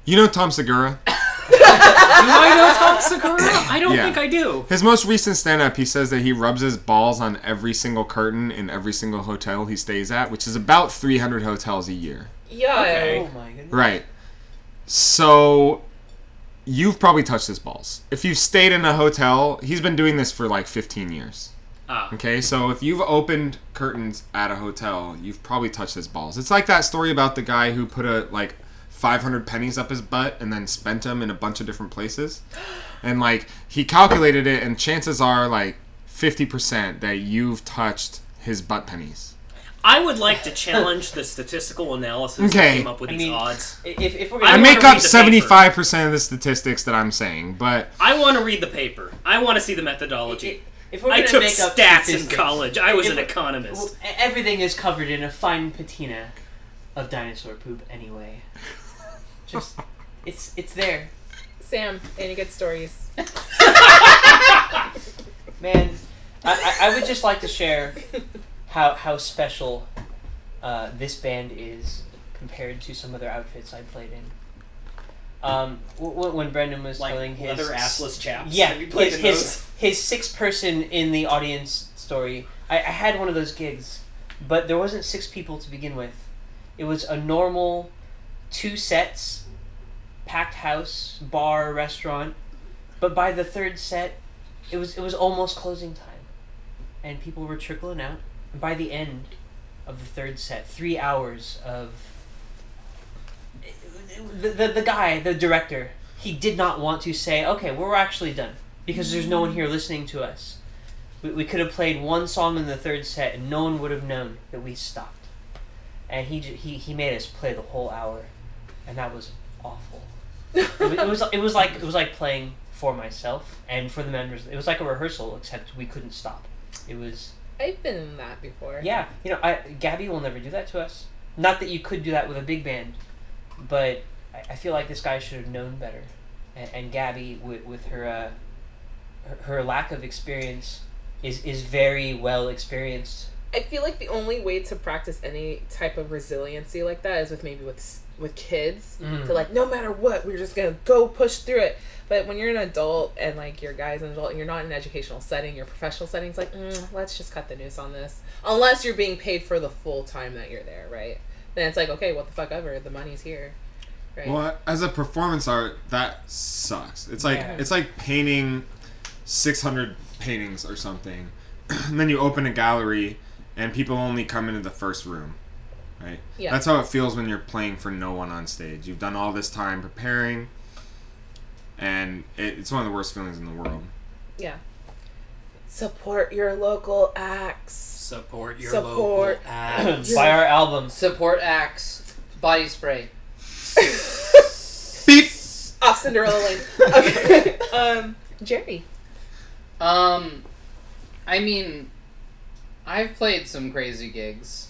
You know Tom Segura? Do I know Tom Segura? I don't Yeah. think I do. His most recent stand up, he says that he rubs his balls on every single curtain in every single hotel he stays at, which is about 300 hotels a year. yeah. Okay. Oh my goodness! Right. So you've probably touched his balls. If you've stayed in a hotel, he's been doing this for like 15 years. Ah. Okay, so if you've opened curtains at a hotel, you've probably touched his balls. It's like that story about the guy who put a like 500 pennies up his butt and then spent them in a bunch of different places. And like he calculated it and chances are like 50% that you've touched his butt pennies. I would like to challenge the statistical analysis that Okay. came up with I these mean, odds. i- if, if we're I gonna, I, wanna make up read the paper. 75% of the statistics that I'm saying, but I want to read the paper. I want to see the methodology. if we're I gonna took make up stats in statistics, college. I was if an we're- economist. well, e- everything is covered in a fine patina of dinosaur poop anyway. Just it's it's there, Sam, any good stories? man. I, I, I would just like to share how how special uh, this band is compared to some other outfits I played in. Um, w- w- when Brendan was Like telling his leather assless chaps. Yeah, that we played his, in his his six person in the audience story. I, I had one of those gigs, but there wasn't six people to begin with. It was a normal two sets, packed house, bar, restaurant. But by the third set, it was it was almost closing time, and people were trickling out. And by the end of the third set, three hours of the, the, the guy, the director, he did not want to say, okay, we're actually done because there's no one here listening to us. We, we could have played one song in the third set and no one would have known that we stopped. And he, ju- he, he made us play the whole hour, and that was awful. it, wa- it was it was like it was like playing for myself and for the members. It was like a rehearsal, except we couldn't stop. It was I've been in that before. yeah, you know, I, Gabby will never do that to us. Not that you could do that with a big band, but I, I feel like this guy should have known better. And, and Gabby, with, with her, uh, her her lack of experience, is is very well experienced. I feel like the only way to practice any type of resiliency like that is with maybe with s- with kids. Mm. To like, no matter what, we're just gonna go push through it. But when you're an adult and like your guy's an adult and you're not in an educational setting, your professional setting's like, mm, let's just cut the noose on this. Unless you're being paid for the full time that you're there, right? Then it's like, okay, what the fuck ever, the money's here, right? Well, as a performance art, that sucks. It's like Yeah. it's like painting six hundred paintings or something, and then you open a gallery and people only come into the first room, right? Yeah. That's how it feels when you're playing for no one on stage. You've done all this time preparing, and it, it's one of the worst feelings in the world. Mm-hmm. Yeah. Support your local acts. Support your Support. local ad. Buy our albums. Support acts, body spray. Beep. Off Cinderella Lane. Okay. um, Jerry. Um, I mean, I've played some crazy gigs.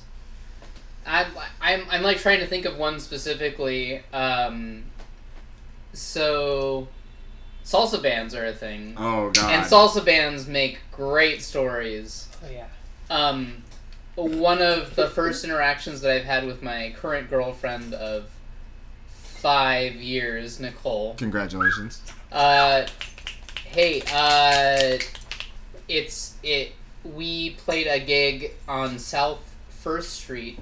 I, I'm, I'm like trying to think of one specifically. Um, so, salsa bands are a thing, Oh god. and salsa bands make great stories. Oh yeah. Um, one of the first interactions that I've had with my current girlfriend of five years, Nicole. Congratulations. Uh, hey, uh, it's it. We played a gig on South First Street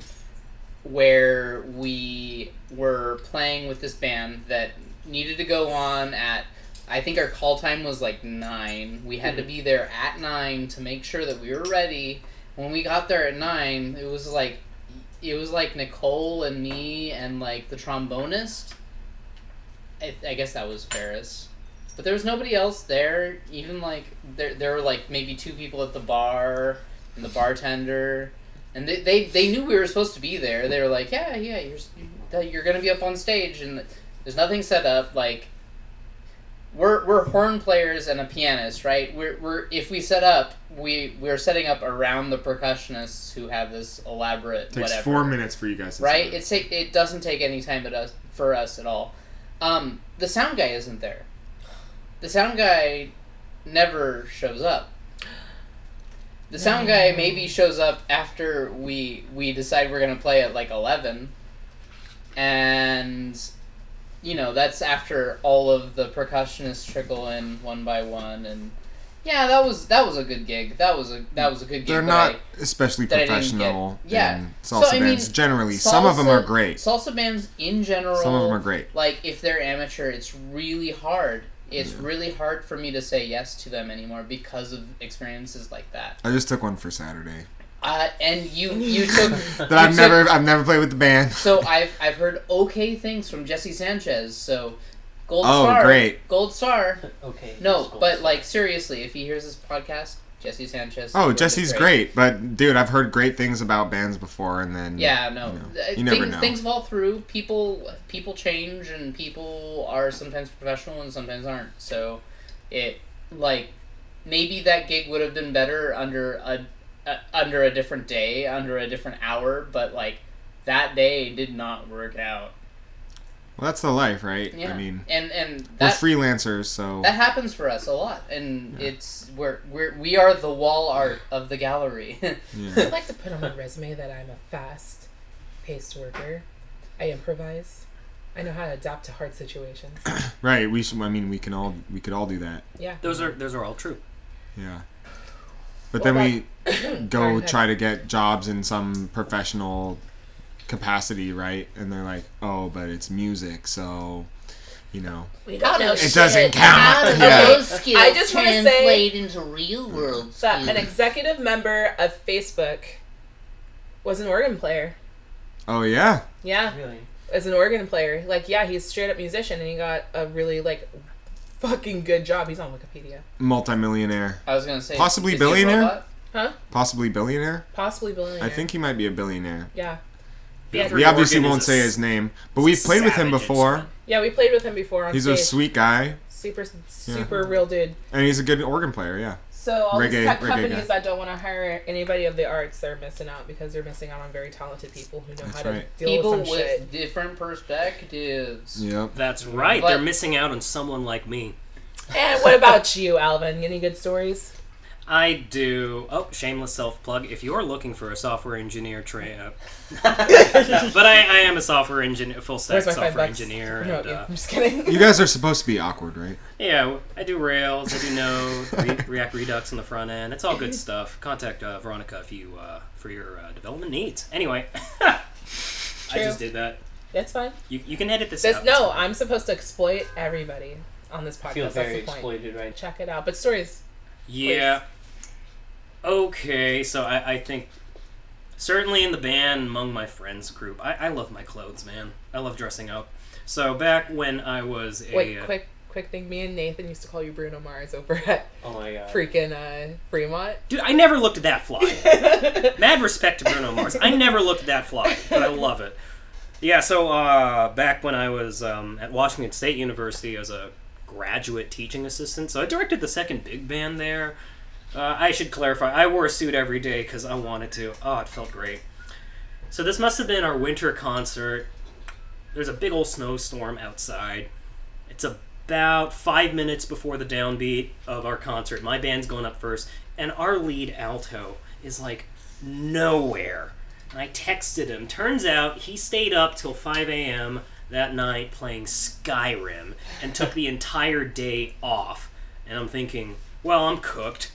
where we were playing with this band that needed to go on at. I think our call time was like nine. We had to be there at nine to make sure that we were ready. When we got there at nine, it was like, it was like Nicole and me and like the trombonist. I, I guess that was Ferris. But there was nobody else there. Even like there, there were like maybe two people at the bar and the bartender, and they, they, they knew we were supposed to be there. They were like, yeah, yeah, you're s- you're gonna be up on stage, and there's nothing set up. Like we're we're horn players and a pianist, right? We're, we're if we set up, we we're setting up around the percussionists who have this elaborate Takes whatever four minutes for you guys. To right? set it. It's take, it doesn't take any time at us, for us at all. Um, the sound guy isn't there. The sound guy never shows up. The sound guy maybe shows up after we we decide we're gonna play at like eleven, and you know that's after all of the percussionists trickle in one by one and. Yeah, that was that was a good gig. That was a that was a good gig. They're but not I- especially that I didn't professional. get- yeah. in So, salsa I mean, bands generally. some of them Salsa- are great. Salsa bands in general. Some of them are great. Like if they're amateur, it's really hard. It's really hard for me to say yes to them anymore because of experiences like that. I just took one for Saturday Uh, and you you took that I've you took- never I've never played with the band. So I've I've heard okay things from Jesse Sanchez. So gold Oh, star. great. Gold star. Okay. No, let's go. but like seriously, if he hears this podcast, Jesse Sanchez. Oh, would be Jesse's great. but dude, I've heard great things about bands before, and then Yeah, no. you know, Uh, you never things, know. things fall through. People people change, and people are sometimes professional and sometimes aren't. So, it like maybe that gig would have been better under a uh, under a different day, under a different hour. But like that day did not work out. Well, that's the life, right? Yeah, I mean, and and that we're freelancers, so that happens for us a lot, and it's we're we're we are the wall art of the gallery. yeah. I'd like to put on my resume that I'm a fast paced worker. I improvise. I know how to adapt to hard situations. right. We should. I mean, we can all we could all do that. Yeah. Those are those are all true. Yeah. But Well, then we Sorry, go go try to get jobs in some professional capacity, right? And they're like, "Oh, but it's music, so you know, We don't know it doesn't count." yeah. skills I just wanna say- translate into real world that an executive member of Facebook was an organ player. Oh yeah. Yeah, Really? as an organ player. Like, yeah, he's straight up musician and he got a really, like, fucking good job. He's on Wikipedia. Multimillionaire, I was gonna say Possibly is he a billionaire? robot? Huh? possibly billionaire. Possibly billionaire. I think he might be a billionaire. Yeah. Yeah. We obviously Morgan is won't a say s- his name, but we've played with him savage before. instrument. Yeah, we played with him before on He's a stage. sweet guy, super, super real dude. and he's a good organ player. Yeah. So all Reggae- these tech reggae guy. companies that don't want to hire anybody of the arts, they're missing out because they're missing out on very talented people who know That's how right. to deal People with with some shit. different perspectives. Yep. That's right. But- They're missing out on someone like me. And what about you, Alvin? Any good stories? I do. Oh, shameless self plug. If you're looking for a software engineer, tra- uh, but I, I am a software engineer, full stack Where's my five software bucks? engineer, No, and you- uh, I'm just kidding. You guys are supposed to be awkward, right? yeah, I do Rails. I do Node, Re- React Redux on the front end. It's all good stuff. Contact uh, Veronica if you uh, for your uh, development needs. Anyway, I just did that. That's fine. You, you can edit this. This, out. no, I'm supposed to exploit everybody on this I feel podcast. That's very the point. exploited right Check it out. But stories. Yeah. Okay, so I, I think certainly in the band among my friends group, I, I love my clothes, man. I love dressing up. So back when I was a Wait, uh, quick, quick thing. Me and Nathan used to call you Bruno Mars over at now. Oh my god. freaking uh, Fremont. dude, I never looked at that fly. Mad respect to Bruno Mars. I never looked at that fly, but I love it. Yeah, so uh, back when I was um, at Washington State University as a graduate teaching assistant, so I directed the second big band there. Uh, I should clarify, I wore a suit every day because I wanted to. Oh, it felt great. So this must have been our winter concert. There's a big old snowstorm outside. It's about five minutes before the downbeat of our concert. My band's going up first, and our lead alto is like nowhere. And I texted him. Turns out he stayed up till 5 a.m. that night playing Skyrim and took the entire day off. And I'm thinking, well, I'm cooked.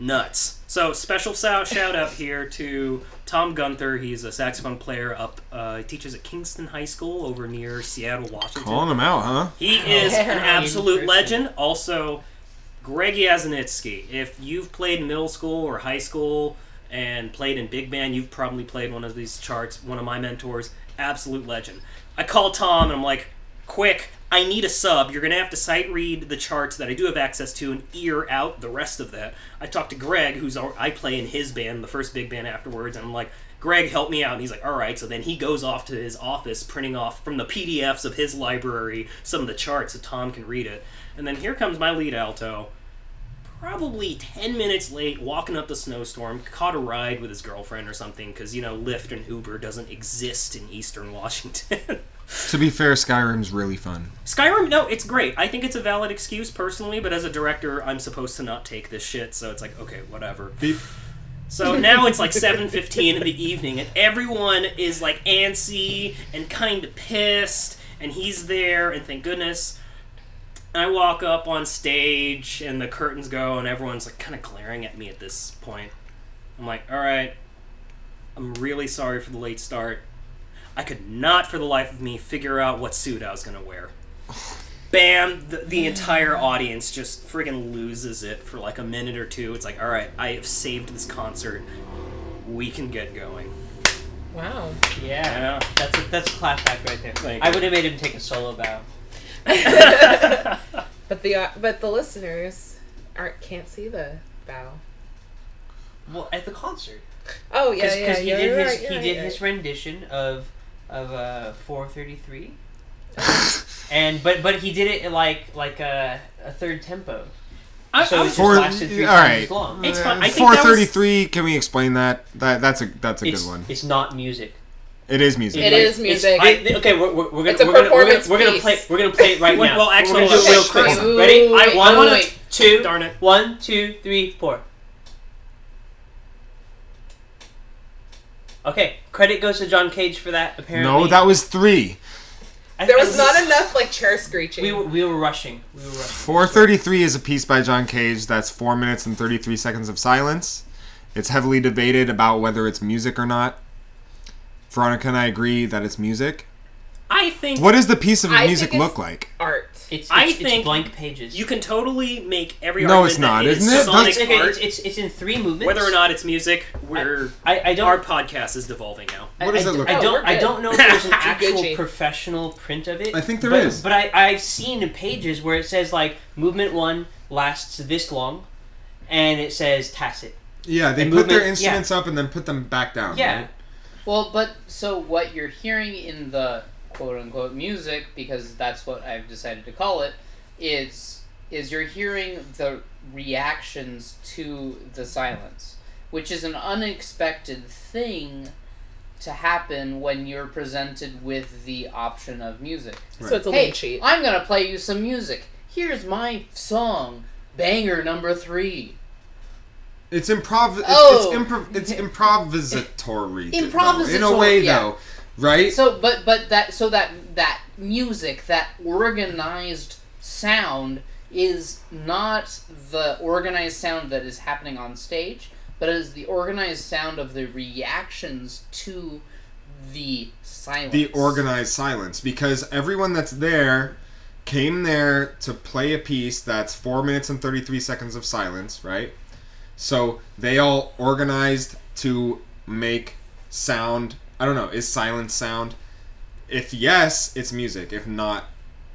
Nuts. So, special sou- shout out here to Tom Gunther. He's a saxophone player up, uh, he teaches at Kingston High School over near Seattle, Washington. Calling him out, huh? He is an absolute person. legend. Also, Greg Yasinitsky. If you've played in middle school or high school and played in big band, you've probably played one of these charts. One of my mentors, absolute legend. I call Tom and I'm like, "Quick, I need a sub. You're gonna have to sight read the charts that I do have access to and ear out the rest of that." I talk to Greg, who's our, I play in his band, the first big band afterwards, and I'm like. Greg, help me out. And he's like, all right. So then he goes off to his office, printing off from the PDFs of his library some of the charts so Tom can read it. And then here comes my lead alto, probably 10 minutes late, walking up the snowstorm, caught a ride with his girlfriend or something, because, you know, Lyft and Uber doesn't exist in Eastern Washington. To be fair, Skyrim's really fun. Skyrim, no, it's great. I think it's a valid excuse personally, but as a director, I'm supposed to not take this shit, so it's like, okay, whatever. Beep. So now it's like 7:15 in the evening and everyone is like antsy and kind of pissed and he's there and thank goodness and I walk up on stage and the curtains go and everyone's like kind of glaring at me at this point. I'm like, "All right. I'm really sorry for the late start. I could not for the life of me figure out what suit I was going to wear." bam the, the entire audience just friggin loses it for like a minute or two it's like all right i have saved this concert we can get going Wow. Yeah. yeah That's a, that's a clapback right there. Thank I you. would have made him take a solo bow. But the uh, but the listeners aren't can't see the bow. Well, at the concert. Oh yeah, Because yeah, he you're did right, his you're he right, did you're his right. rendition of of uh 433. and but but he did it in like like a, a third tempo. I, So I it was just just, Four- lasted three all times right. long. it's fun i think Four that was, thirty-three. Can we explain that? That that's a that's a It's, good one. it's not music. It is music. It Like, is music. I- th- okay, we're, we're, we're gonna It's a we're gonna, we're gonna, performance we're gonna play piece. we're gonna play it right Well, now. well, actually, we're gonna do it real okay, quick. wait, wait, Ready? I one, wait, one, wait. two, Darn it. One, two, three, four. Okay, credit goes to John Cage for that. Apparently, No, that was three. I- There I- was not enough like chair screeching. We were, we were rushing. We were rushing. Four thirty-three is a piece by John Cage. That's four minutes and thirty-three seconds of silence. It's heavily debated about whether it's music or not. Veronica and I agree that it's music. i think What does the piece of I music think it's- look like? Art. It's, it's, I it's think blank pages. you can totally make every No, argument it's not, that it is isn't it? sonic That's- okay, art it's, it's it's in three movements. whether or not it's music we're I, I don't our podcast is devolving now I- What does I, it look I like? Oh, don't we're I good. don't know if there's an Gucci. actual professional print of it. I think there but, is. But I, I've seen in pages where it says like movement one lasts this long and it says tacit. Yeah, they And put their movement- instruments up and then put them back down. Yeah. right? Well, but so what you're hearing in the quote unquote music, because that's what I've decided to call it, is is you're hearing the reactions to the silence, which is an unexpected thing to happen when you're presented with the option of music. So it's a Hey, lean sheet. I'm gonna play you some music. Here's my song, banger number three. It's improv. It's, Oh. it's, improv, it's improvisatory. though, in a Improvisatory, way, yeah. though, right? So, but but that so that that music, that organized sound, is not the organized sound that is happening on stage, but it is the organized sound of the reactions to the silence. the organized silence because everyone that's there came there to play a piece that's four minutes and 33 seconds of silence, right? So they all organized to make sound. I don't know, is silence sound? If yes, it's music. If not,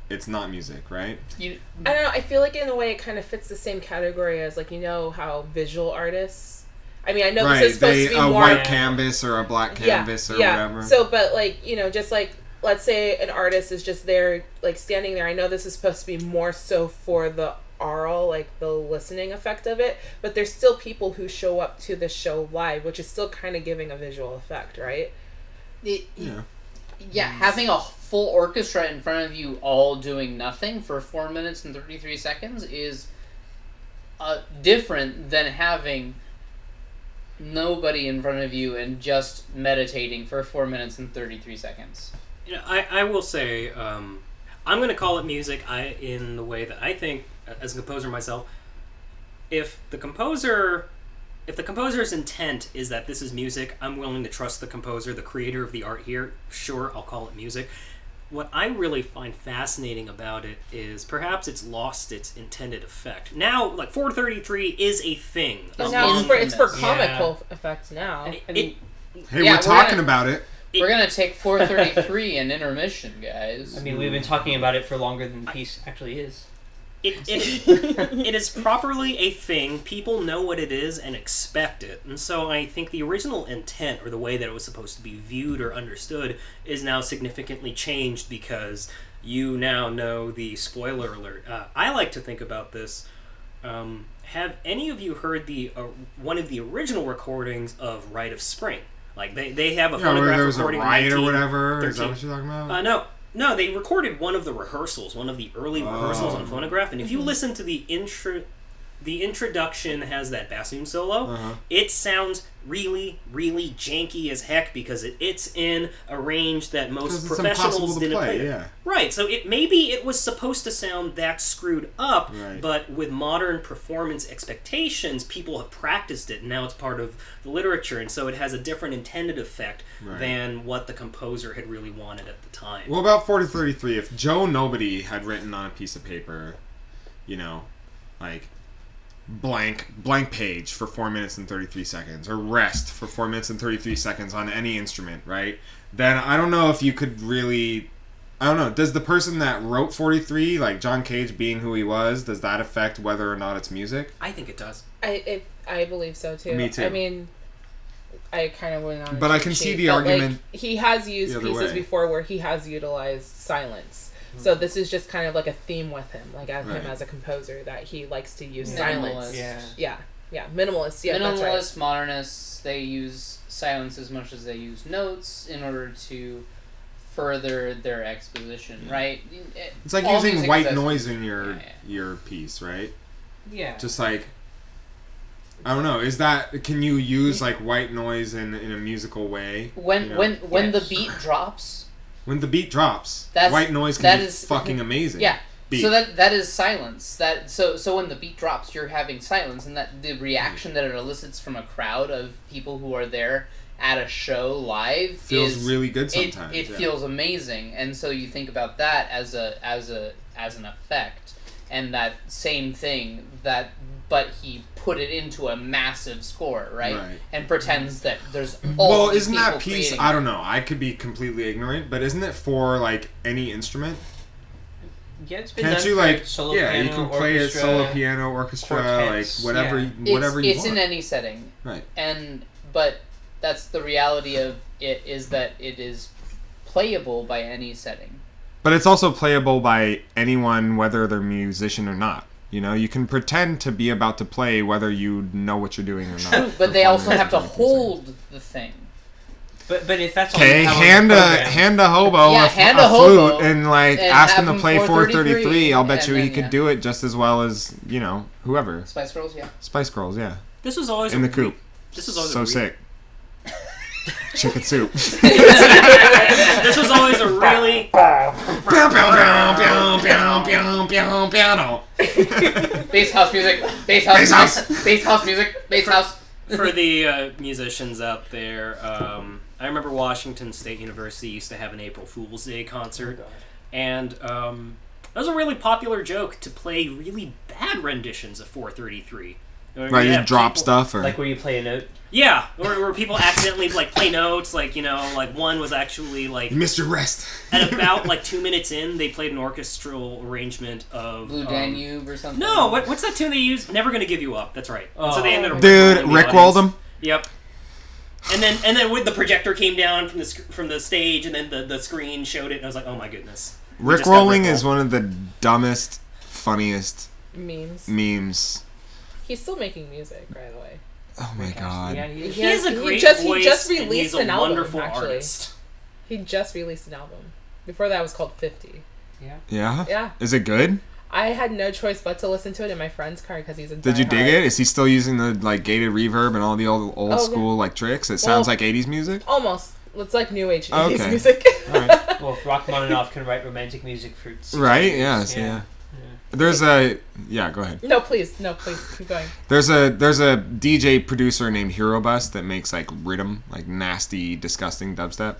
it's not music, right? You, I don't know. I feel like in a way it kind of fits the same category as like you know how visual artists. I mean, I know right. this is supposed They to be a more white canvas or a black canvas or whatever. So, but like you know, just like let's say an artist is just there, like standing there. I know this is supposed to be more so for the aural, like the listening effect of it. But there's still people who show up to the show live, which is still kind of giving a visual effect, right? it, yeah. yeah, having a full orchestra in front of you all doing nothing for four minutes and 33 seconds is uh, different than having nobody in front of you and just meditating for four minutes and thirty three seconds. You know, I, I will say, um, I'm going to call it music I in the way that I think, as a composer myself, if the composer, if the composer's intent is that this is music, I'm willing to trust the composer, the creator of the art here. Sure, I'll call it music. What I really find fascinating about it is perhaps it's lost its intended effect. Now, like 433 is a thing. It's now among- it's for, it's for Yeah. comical effects now. it- I mean, Hey, Yeah, we're we're talking gonna- about it. We're gonna take four thirty three in intermission, guys. I mean, we've been talking about it for longer than the piece actually is. It, it, it is properly a thing. People know what it is and expect it. And so I think the original intent or the way that it was supposed to be viewed or understood is now significantly changed because you now know the spoiler alert. Uh, I like to think about this. Um, have any of you heard the uh, one of the original recordings of Rite of Spring? Like they, they have a Yeah, where phonograph there was a recording of riot or whatever. Is that 1913. what you're talking about? Uh, no, no, they recorded one of the rehearsals, one of the early rehearsals Oh. on phonograph, and if you listen to the intro, the introduction has that bassoon solo. Uh-huh. It sounds really, really janky as heck because it, it's in a range that most Because it's professionals impossible to didn't play. play. Yeah. Right, so it maybe it was supposed to sound that screwed up, Right. but with modern performance expectations, people have practiced it, and now it's part of the literature, and so it has a different intended effect Right. than what the composer had really wanted at the time. Well, about 4033, if Joe Nobody had written on a piece of paper, you know, like blank blank page for 4 minutes and 33 seconds or rest for 4 minutes and 33 seconds on any instrument, right? Then I don't know if you could really I don't know, does the person that wrote 43, like John Cage being who he was, does that affect whether or not it's music? I think it does. I it, I believe so too. Me too. I mean, I kind of went on. a But I cheat can see sheet, the but, argument Like, he has used the other pieces way. before where he has utilized silence. So this is just kind of like a theme with him, like as Right. him as a composer that he likes to use Minimalist. silence. Yeah. Yeah, yeah, minimalist. Yeah, Minimalist that's modernists, they use silence as much as they use notes in order to further their exposition, right? It- It's like all music using is white as- noise in your Yeah, yeah. your piece, right? Yeah. just like I don't know. Is that can you Mm-hmm. use like white noise in in a musical way? When You know? when when Yes. the beat drops, when the beat drops, That's- white noise can that be is- mm-hmm. fucking amazing. yeah. Beat. So that that is silence. That so so when the beat drops, you're having silence, and that the reaction that it elicits from a crowd of people who are there at a show live feels is really good it, sometimes. it yeah. feels amazing and so you think about that as a as a as an effect and that same thing that but he put it into a massive score Right. right, Mm-hmm. and pretends that there's all well, these isn't that people piece? creating- I don't know. I could be completely ignorant, but isn't it for like any instrument? yeah, it's been Can't done you for like solo yeah? piano, you can play orchestra. it solo piano, orchestra, quartets, like whatever, yeah. it's, whatever you it's want. in any setting right. and but that's the reality of it is that it is playable by any setting But it's also playable by anyone, whether they're musician or not. You know, you can pretend to be about to play whether you know what you're doing or not. but they also have to Performance is everything. hold the thing But but if that's all Okay, you have on hand the a program- hand a hobo Yeah, a, f- hand a a hobo flute and like and ask have him to him play 433, 433. I'll bet and you he then, could yeah. do it just as well as you know whoever spice girls yeah Spice Girls. Yeah, This was always in a the coop. This is always So a re- sick. Chicken soup. This was always a really Pew, pew, pew, pew, pew, pew, pew, pew. Bass house music. Bass house. Bass music, Bass house music. Bass house. for the uh, musicians out there. Um, I remember Washington State University used to have an April Fool's Day concert, and um, that was a really popular joke to play really bad renditions of 433. Where Right, you have drop people- stuff or like where you play a note. Yeah, where, where people accidentally like play notes, like you know, like one was actually like Mr. Rest. at about like two minutes in, they played an orchestral arrangement of Blue um, Danube or something. No, what, what's that tune they used? Never gonna give you up. That's right. And So they ended up Dude, Rickrolling the Rickrolled audience. him. Yep. And then and then with the projector came down from the sc- from the stage, and then the, the screen showed it, and I was like, oh my goodness. We just got Rickrolling is Rickrolled. one of the dumbest, funniest right. Mm. Memes. memes. He's still making music, by the way. Oh my god. he He, is. He has a he great just, voice, He just and released he's a an album. wonderful actually, artist. he just released an album. Before that was called Fifty. Yeah? Yeah. Is it good? I had no choice but to listen to it in my friend's car because he's a. Did you diehard- dig it? Is he still using the like gated reverb and all the old old Oh, yeah. school like tricks? It sounds Well- like '80s music. Almost. It's like new age Okay. 80s music. Alright. Well, if Rachmaninoff can write romantic music for six Right? years, Yeah. so, yeah. There's a yeah. Go ahead. no, please, no, please, keep going. There's a there's a DJ producer named Hero Bus that makes like rhythm, like nasty, disgusting dubstep.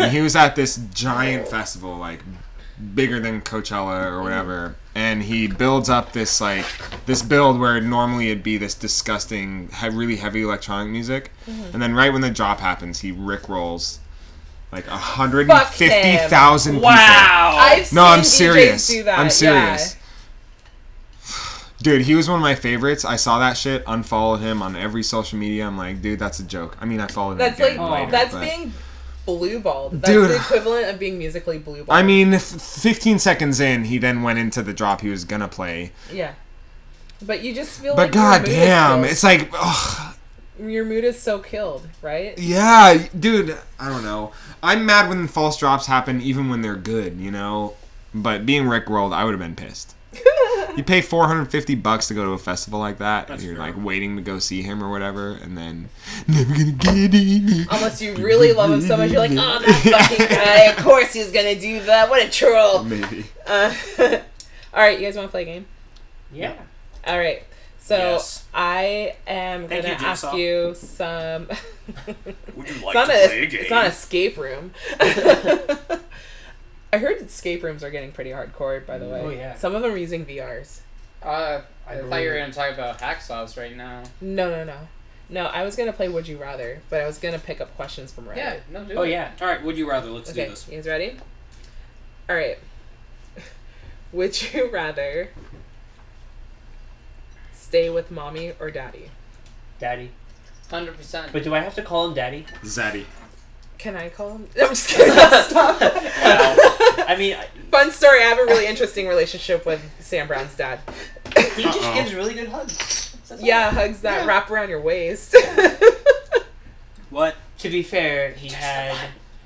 And he was at this giant festival, like bigger than Coachella or whatever, and he builds up this like this build where normally it'd be this disgusting, he- really heavy electronic music, and then right when the drop happens, he rickrolls like a hundred and fifty thousand people. I've No, seen I'm DJs serious. do that. I'm yeah. serious. Dude, he was one of my favorites. I saw that shit, unfollowed him on every social media. I'm like, dude, that's a joke. I mean, I followed That's him. like again later, that's but- being blue balled. That's Dude. the equivalent of being musically blue balled. I mean, f- 15 seconds in, he then went into the drop he was gonna play. yeah. But you just feel like But your mood god is damn, killed. it's like, ugh, your mood is so killed, right? yeah, dude. I don't know. I'm mad when false drops happen, even when they're good, you know. But being Rickrolled, I would have been pissed. you pay 450 bucks to go to a festival like that, and you're fair. like waiting to go see him or whatever, and then never gonna get it. Unless you really love him so much, you're like, oh, that fucking guy. Of course he's gonna do that. What a troll. Maybe. Uh, all right, you guys want to play a game? Yeah. All right. So Yes. I am Thank gonna you, ask Jigsaw. you some. Would you it's like not to a, play a game? It's not escape room. I heard escape rooms are getting pretty hardcore, by the way. Oh, yeah. Some of them are using VRs. Uh, I, I thought you were believe going to talk about hacksaws right now. No, no, no. No, I was gonna play Would You Rather, but I was gonna pick up questions from Reddit. Yeah, no, do Oh it. yeah. All right, would you rather? Let's Okay, do this. you guys ready? All right. Would you rather stay with mommy or daddy? Daddy. 100%. But do I have to call him daddy? Zaddy. Can I call him? I'm just kidding. Stop. Wow. I mean, I- Fun story. I have a really interesting relationship with Sam Brown's dad. he just Uh-oh. gives really good hugs. That's Yeah, all. hugs that wrap around your waist. What? To be fair, he had.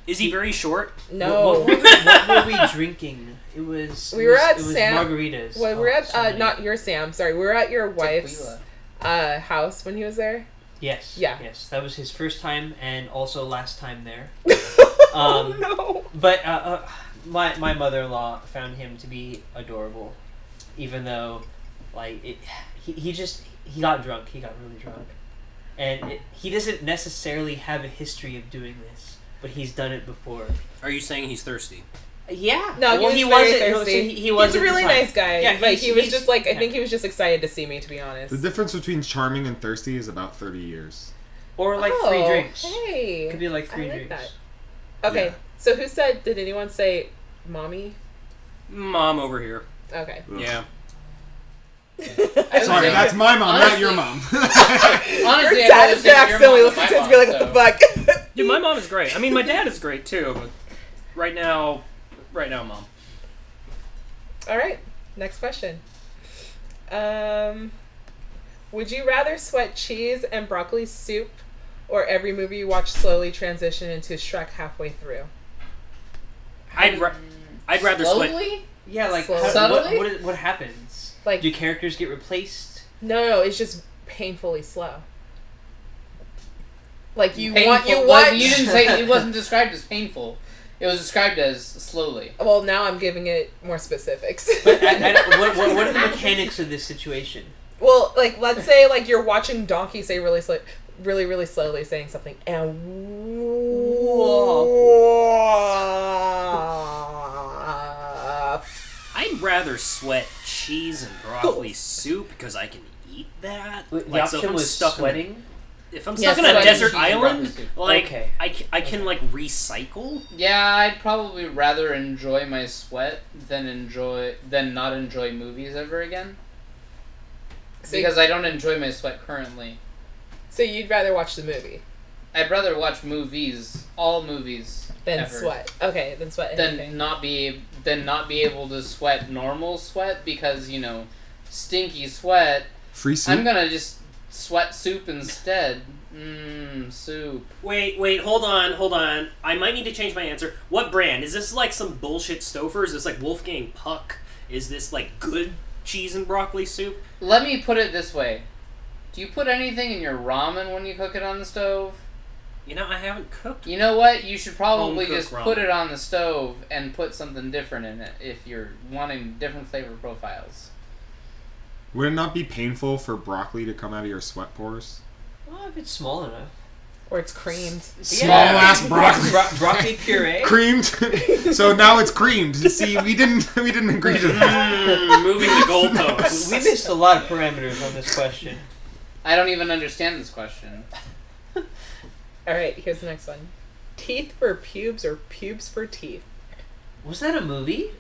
Is he very short? no. What, what, were we- what were we drinking? It was. We it were was- at it was Sam- Margaritas. Well, Oh, we're at so uh, many. not your Sam. Sorry, we were at your wife's Tequila. uh, house when he was there. Yes. Yeah. Yes, that was his first time and also last time there. oh Um, no! But uh, uh, my my mother in law found him to be adorable, even though, like, it, he he just he got drunk. He got really drunk, and it, he doesn't necessarily have a history of doing this, but he's done it before. Are you saying he's thirsty? Yeah. No, well, he was very wasn't. no, so thirsty. he, he was He's a really nice guy. Yeah, Yeah, but he's- he was he's- just like I yeah. think he was just excited to see me. To be honest. The difference between charming and thirsty is about 30 years. Or like three Oh, drinks. Hey. Could be like I three like drinks. that. Okay. Yeah. So who said? Did anyone say, "Mommy"? Mom over here. Okay. Yeah. I Sorry, was- that's my mom, not your mom. honestly- Honestly, Your I've dad always is been gonna accidentally your mom listen and to this and my be like, mom, "What the fuck." Dude, my mom is great. I mean, my dad is great too, but right now, right now, mom. All right. Next question. Um, would you rather sweat cheese and broccoli soup, or every movie you watch slowly transition into Shrek halfway through? I'd ra- Mm, I'd rather so- sweat. Slowly? Yeah, like Slow- how- what, Subtly? what, is- what happens? Like- do characters get replaced? No, no, it's just painfully slow. Like you want, Painful- you well, want. You didn't say it wasn't described as painful. It was described as slowly. Well, now I'm giving it more specifics. But I, I, don't- what, what, what are the mechanics of this situation? well, like let's say like you're watching Donkey say really slow, really really slowly saying something, and I'd rather sweat cheese and broccoli soup because I can eat that. The Like, so if option I'm was stuck in a- sweating. if I'm Yeah, stuck on a sweating desert cheese and broccoli island, soup. like Okay. I, ca- I can like recycle. Yeah, I'd probably rather enjoy my sweat than enjoy than not enjoy movies ever again. So- Because I don't enjoy my sweat currently. So you'd rather watch the movie I'd rather watch movies, all movies, than ever, sweat? Okay, than sweat. Than anything. not be than not be able to sweat normal sweat because you know, stinky sweat. Free I'm soup? gonna just sweat soup instead. Mmm, soup. Wait, wait, hold on, hold on. I might need to change my answer. What brand is this? Like some bullshit Stouffer's? Is this like Wolfgang Puck? Is this like good cheese and broccoli soup? Let me put it this way: Do you put anything in your ramen when you cook it on the stove? You know, I haven't cooked. You know what? You should probably Home-cooked just put ramen. it on the stove and put something different in it if you're wanting different flavor profiles. Would it not be painful for broccoli to come out of your sweat pores? Well, Oh, if it's small enough. Or it's creamed. Small ass broccoli. Bro- broccoli puree. creamed. so now it's creamed. See, we didn't we didn't agree to that. Mm, moving the goalposts. we missed a lot of parameters on this question. I don't even understand this question. All right, here's the next one. Teeth for pubes or pubes for teeth? Was that a movie?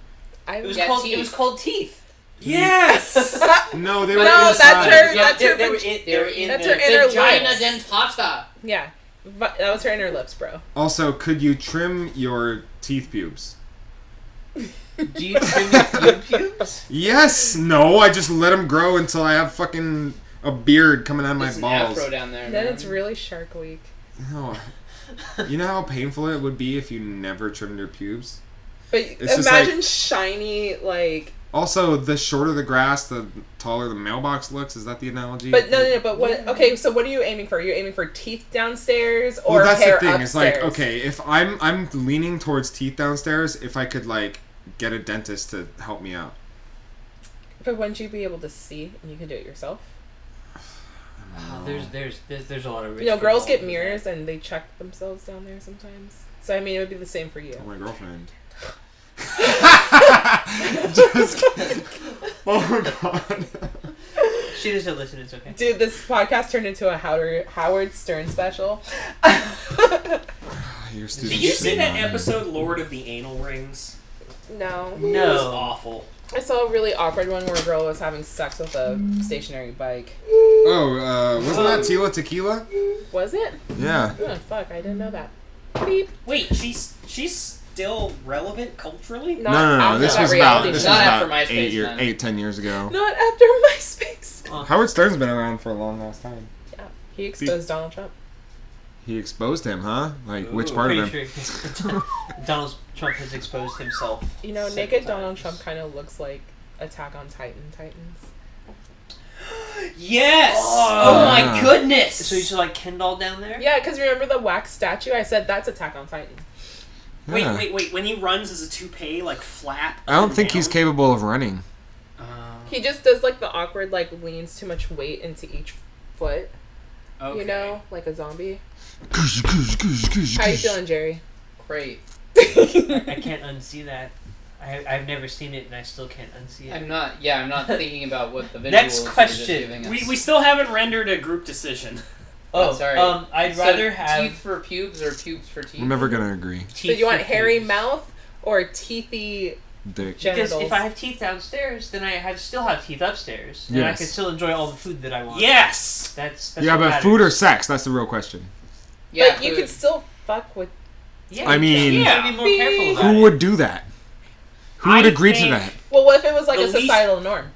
I It was Yeah, called. teeth. It was called Teeth. Yes. No, they No, were that's inside. her. That's her. they, they were vag- in, They were in That's the her inner vagina lips. dentata. yeah, but that was her inner lips, bro. Also, could you trim your teeth pubes? Do you trim your pubes? Yes. No, I just let them grow until I have fucking a beard coming out of my It's an balls. afro down there. Then man. Um, it's really Shark Week. No. You know how painful it would be if you never trimmed your pubes. But It's just imagine shiny, like. Also, the shorter the grass, the taller the mailbox looks. Is that the analogy? But no, no, no. But what? Okay, so what are you aiming for? Are you aiming for teeth downstairs or well, that's hair the thing. upstairs? It's like okay, if I'm I'm leaning towards teeth downstairs, if I could like get a dentist to help me out. But wouldn't you be able to see and you can do it yourself? Oh, there's, there's, there's, there's a lot of. Rich You know, girls people get in mirrors and they check themselves down there sometimes. So I mean, it would be the same for you. Oh, my girlfriend. Just kidding. Oh god. that. She doesn't listen. It's okay. Dude, this podcast turned into a Howard Howard Stern special. Your Did you see that episode Lord of the Anal Rings? no, It was No. awful. I saw a really awkward one where a girl was having sex with a stationary bike. Oh, uh, wasn't Um, that Tila Tequila? Was it? Yeah. Oh fuck, I didn't know that. Beep. Wait, she's she's still relevant culturally. Not No, no, no. after This that was about reality this was show. Not after about MySpace, eight year, man. eight ten years ago. Not after MySpace. Howard Stern's been around for a long ass time. Yeah, he exposed Donald Trump. He exposed him, huh? Like which Ooh. part of him? Pretty sure Donald Trump has exposed himself. You know, several naked Donald times. Trump kind of looks like Attack on Titan Titans. Yes. Oh. Oh, my Yeah. goodness. So you should like Ken doll down there. Yeah, because remember the wax statue? I said that's Attack on Titan. wait, Yeah. wait, wait. When he runs as a toupee, like flap. I don't up think and he's down? capable of running. He just does like the awkward, like leans too much weight into each foot. Uh, okay. You know, like a zombie. How you How feeling, Jerry? great. I can't unsee that. I, I've never seen it, and I still can't unsee it. I'm not. Yeah, I'm not thinking about what the visuals Next were just question. giving us. We, we still haven't rendered a group decision. oh, sorry. Um, I'd So, rather have teeth for pubes or pubes for teeth. We're never gonna agree, So teeth. do you want for hairy pubes. mouth or teethy Dick. Because genitals? if I have teeth downstairs, then I have still have teeth upstairs, and I Yes. can still enjoy all the food that I want. Yes. that's, that's Yeah, what but matters. food or sex? That's the real question. Yeah, but you food. could still fuck with. Yeah, I you mean- can. you gotta be more careful about Who it. would do that? Who would I agree to think that? Well, what if it was like The a least- societal norm?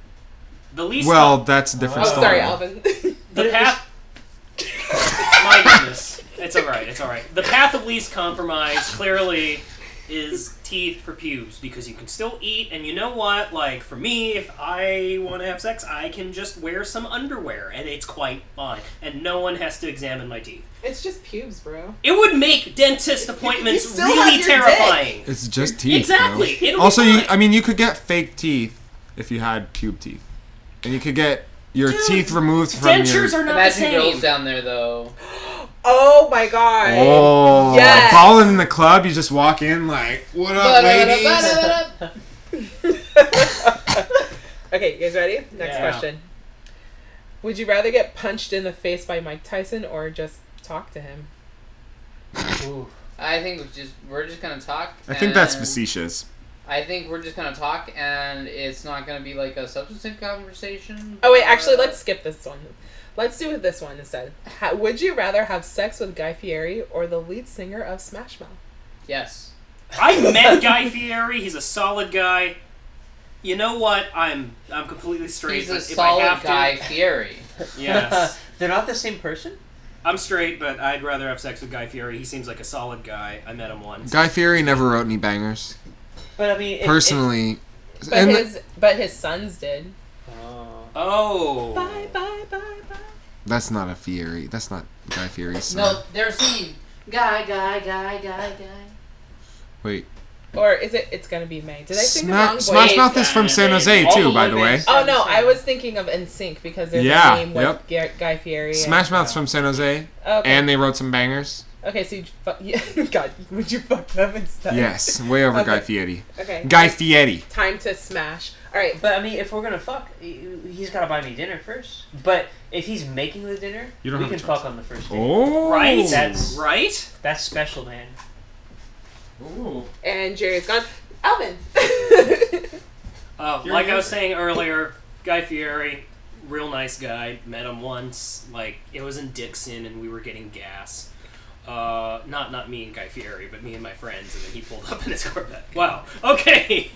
The least. Well, that's a different Oh, story. sorry, Alvin. the path. my goodness, it's all right. It's all right. The path of least compromise clearly is teeth for pubes because you can still eat, and you know what? Like for me, if I want to have sex, I can just wear some underwear, and it's quite fine, and no one has to examine my teeth. it's just pubes, bro. It would make dentist appointments still have really your dick. terrifying. It's just teeth. Exactly, bro. it'll be Also, you, fine. I mean, you could get fake teeth if you had pube teeth, and you could get your Dude, teeth removed from Dentures your. are not the Imagine same. girls down there though. Oh my god. Oh, Yes. balling in the club. You just walk in like, "What up, ladies?" Ba-da-da-da-da. Okay, you guys ready? Next Yeah. question. Would you rather get punched in the face by Mike Tyson or just talk to him? Ooh. I think we just we're just gonna talk. I think that's and- facetious. I think we're just gonna talk, and it's not gonna be like a substantive conversation. Oh wait, actually, but- let's skip this one. Let's do this one instead. Ha would you rather have sex with Guy Fieri or the lead singer of Smash Mouth? Yes. I met Guy Fieri. He's a solid guy. You know what? I'm I'm completely straight. He's a but if I solid have guy, To, Fieri. yes, They're not the same person. I'm straight, but I'd rather have sex with Guy Fieri. He seems like a solid guy. I met him once. Guy Fieri never wrote any bangers. But I mean, if, Personally, But And the- his but his sons did. Oh. Bye bye bye bye. That's not a Fury. That's not Guy Fury's son. No, they're singing guy, guy, guy, guy, guy. Wait. Or is it? It's gonna be May. Did I sing Sma- the wrong Smash voice? Mouth is from San Jose All too, of by the it. way. Oh no, I was thinking of NSYNC because there's Yeah, a game with yep. Gar- Guy Fieri. and- Smash Mouth's from San Jose, Okay. and they wrote some bangers. okay, so you fuck. Yeah, God, would you fuck them instead? Yes, way over Okay. Guy Fieri. Okay. Guy Fieri. Time to smash. All right. But I mean, if we're gonna fuck, he- he's gotta buy me dinner first. But if he's making the dinner, You don't we have a can choice. fuck on the first date. Oh, Right? That's- Right? That's special, man. And Jerry's gone. Alvin. Uh, like I was saying earlier, Guy Fieri, real nice guy. Met him once. Like it was in Dixon, and we were getting gas. Uh, not not me and Guy Fieri, but me and my friends, and then he pulled up in his Corvette. Wow. Okay.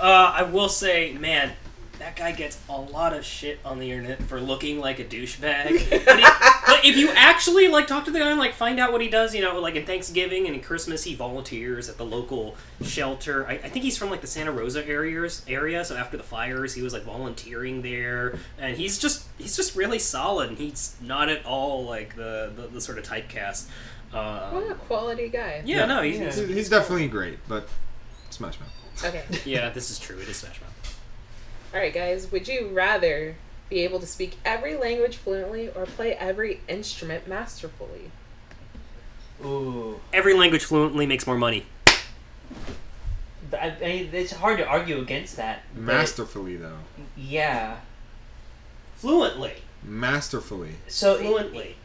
Uh, I will say, man, that guy gets a lot of shit on the internet for looking like a douchebag. but, if- but if you actually like talk to the guy and like find out what he does, you know, like in Thanksgiving and in Christmas, he volunteers at the local shelter. I, I think he's from like the Santa Rosa areas area. So after the fires, he was like volunteering there, and he's just he's just really solid. And he's not at all like the the, the sort of typecast. what a Um, quality guy. yeah, no, he's, he's- He's he's definitely great, but Smash Mouth. Okay. yeah, this is true. It is Smash Mouth. All right, guys. Would you rather be able to speak every language fluently or play every instrument masterfully? Ooh, Every language fluently makes more money. Th- I, I mean, it's hard to argue against that. but- Masterfully though, Yeah. Fluently, masterfully. So fluently.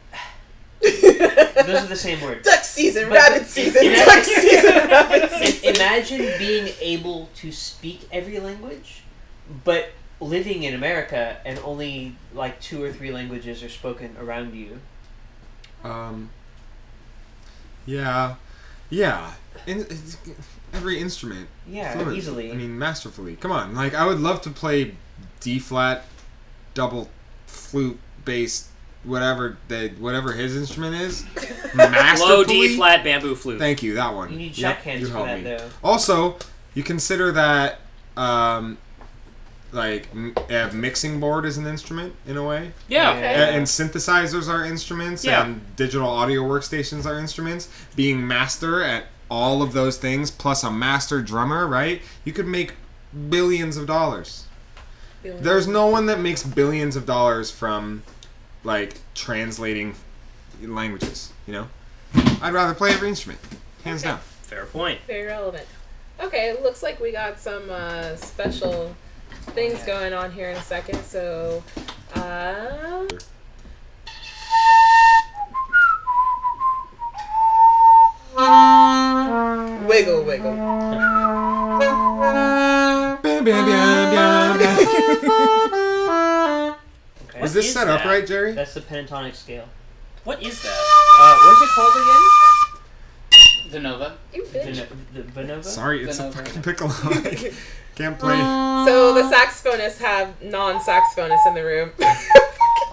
i- those are the same words. Duck season, But- rabbit season, Yeah. duck season, rabbit I- Imagine being able to speak every language, but living in America and only like two or three languages are spoken around you. Um. Yeah, yeah. In, it's- every instrument. Yeah, fluently. easily. I mean, masterfully. Come on, like I would love to play D flat, double flute based, whatever the whatever his instrument is. masterfully. Low D flat bamboo flute. Thank you. That one. you need Yep, check hands you for helped that me. though. Also, you consider that um, like m- a mixing board is an instrument in a way, yeah. Okay. A- and synthesizers are instruments, Yeah. and digital audio workstations are instruments. Being master at all of those things, plus a master drummer, right? You could make billions of dollars. There's no one that makes billions of dollars from like translating languages. You know, I'd rather play every instrument, hands Okay. down. Fair point. Very relevant. Okay, it looks like we got some uh, special things going on here in a second. So, uh, wiggle, wiggle. Okay. Was Uh, this is set up that? right, Jerry? That's the pentatonic scale. What is that? Uh, what is it called again? The Nova. You bitch. Vin- the Vinova? Sorry, it's a Then over. fucking piccolo. I Can't Uh, play. So the saxophonists have non-saxophonists in the room.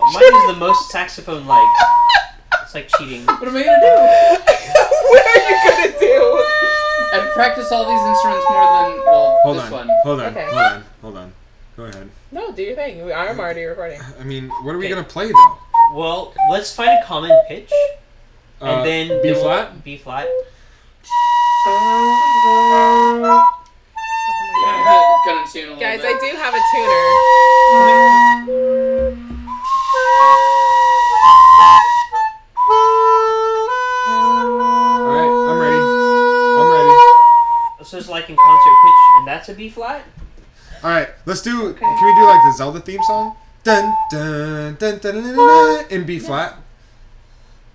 Oh, Mine is the most saxophone like. It's like cheating. What am I gonna what are you gonna do? do? I've practiced all these instruments more than well Hold this on. one. Hold on. Okay. Hold on. Hold on. Go ahead. No, do your thing. We- I'm already recording. I mean, what are we Okay. gonna play though? Well, let's find a common pitch and Uh, then B do- flat. B flat. Yeah, I'm gonna tune a little Guys, bit. I do have a All right, I'm ready. I'm ready. So it's like in concert pitch, and that's a B flat. All right, let's do. Can we do like the Zelda theme song? Dun dun dun dun dun, dun, dun in B flat.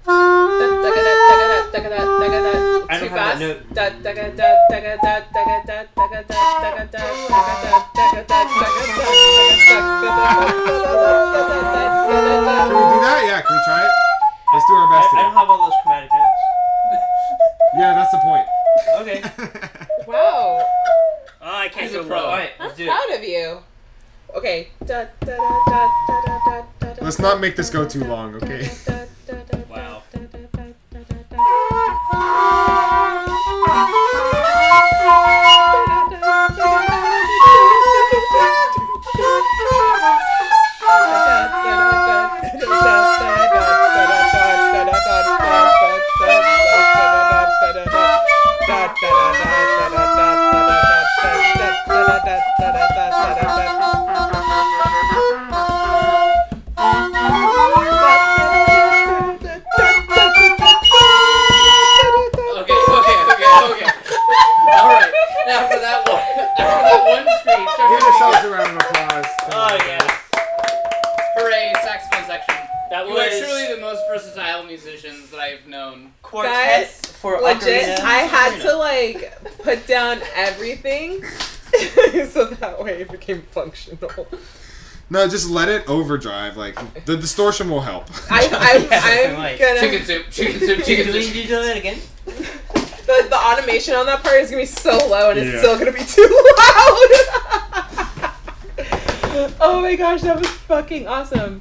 tuner. I Too don't have that note. Can we fast. do that? Yeah, can we try it? Let's do our I, best. I don't Today. have all those chromatic notes. Yeah, that's the point. Okay. Wow, Oh, I can't He's a go pro. low. All right, let's do it. proud of you. Okay. Let's not make this go too long, okay? Wow. Wow. known. Guys, Quartet for Legit, ocarina. I had to like put down everything so that way it became functional. No, just let it overdrive. Like the distortion will help. I, I'm, Yeah, I'm right. Chicken gonna. soup, chicken soup, chicken Did you soup. did you do that again? The, the automation on that part is gonna be so low and it's Yeah. still gonna be too loud. oh my gosh, that was fucking awesome.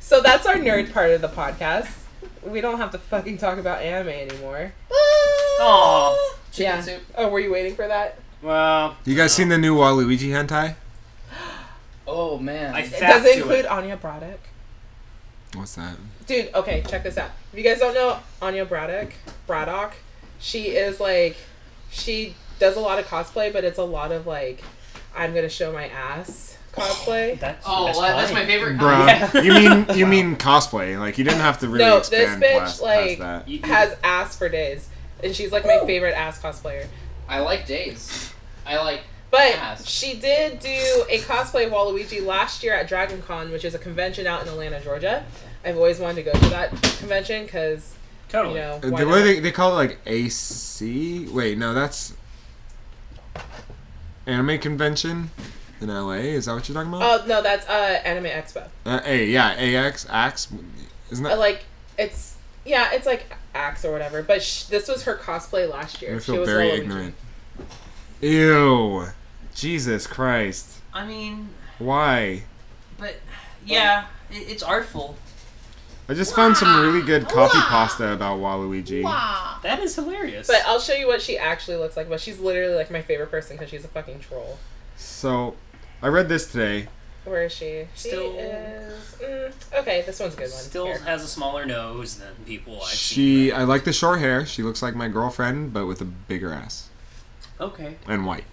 So that's our nerd part of the podcast. We don't have to fucking talk about anime anymore. Aw. Chicken yeah. soup. Oh, were you waiting for that? Well, You guys seen the new Waluigi hentai? Oh man. I It fact does to include it. Anya Broderick. What's that? dude okay check this out if you guys don't know anya braddock braddock she is like she does a lot of cosplay but it's a lot of like i'm gonna show my ass cosplay That's, oh, that's, well, that's fine. my favorite. Bruh, Yeah. you mean you mean cosplay? Like you didn't have to really Oh, No, this expand bitch, past, like- past that. You- you- has ass for days and she's like my favorite ass cosplayer I like days. I like. but Ass. she did do a cosplay of waluigi last year at dragon con which is a convention out in atlanta georgia i've always wanted to go to that convention because you totally. know Uh, why the- what not? do they, they call it like AC? Wait, no, that's anime convention in LA. Is that what you're talking about? oh no that's uh anime expo Uh, a yeah, AX Ax. Isn't Uh, that? like it's yeah, it's like Axe or whatever. But sh- this was her cosplay last year. I she feel was very Waluigi. ignorant. Ew, Jesus Christ! I mean, Why? but yeah, it, it's artful. I just found some really good copy pasta about Waluigi. That is hilarious. But I'll show you what she actually looks like. But she's literally like my favorite person because she's a fucking troll. So, I read this today. Where is she? She Still- is. Mm, okay, this one's a good one. Still Here. has a smaller nose than people Oh, I've She, seen. I like the short hair. She looks like my girlfriend, but with a bigger ass Okay. and white.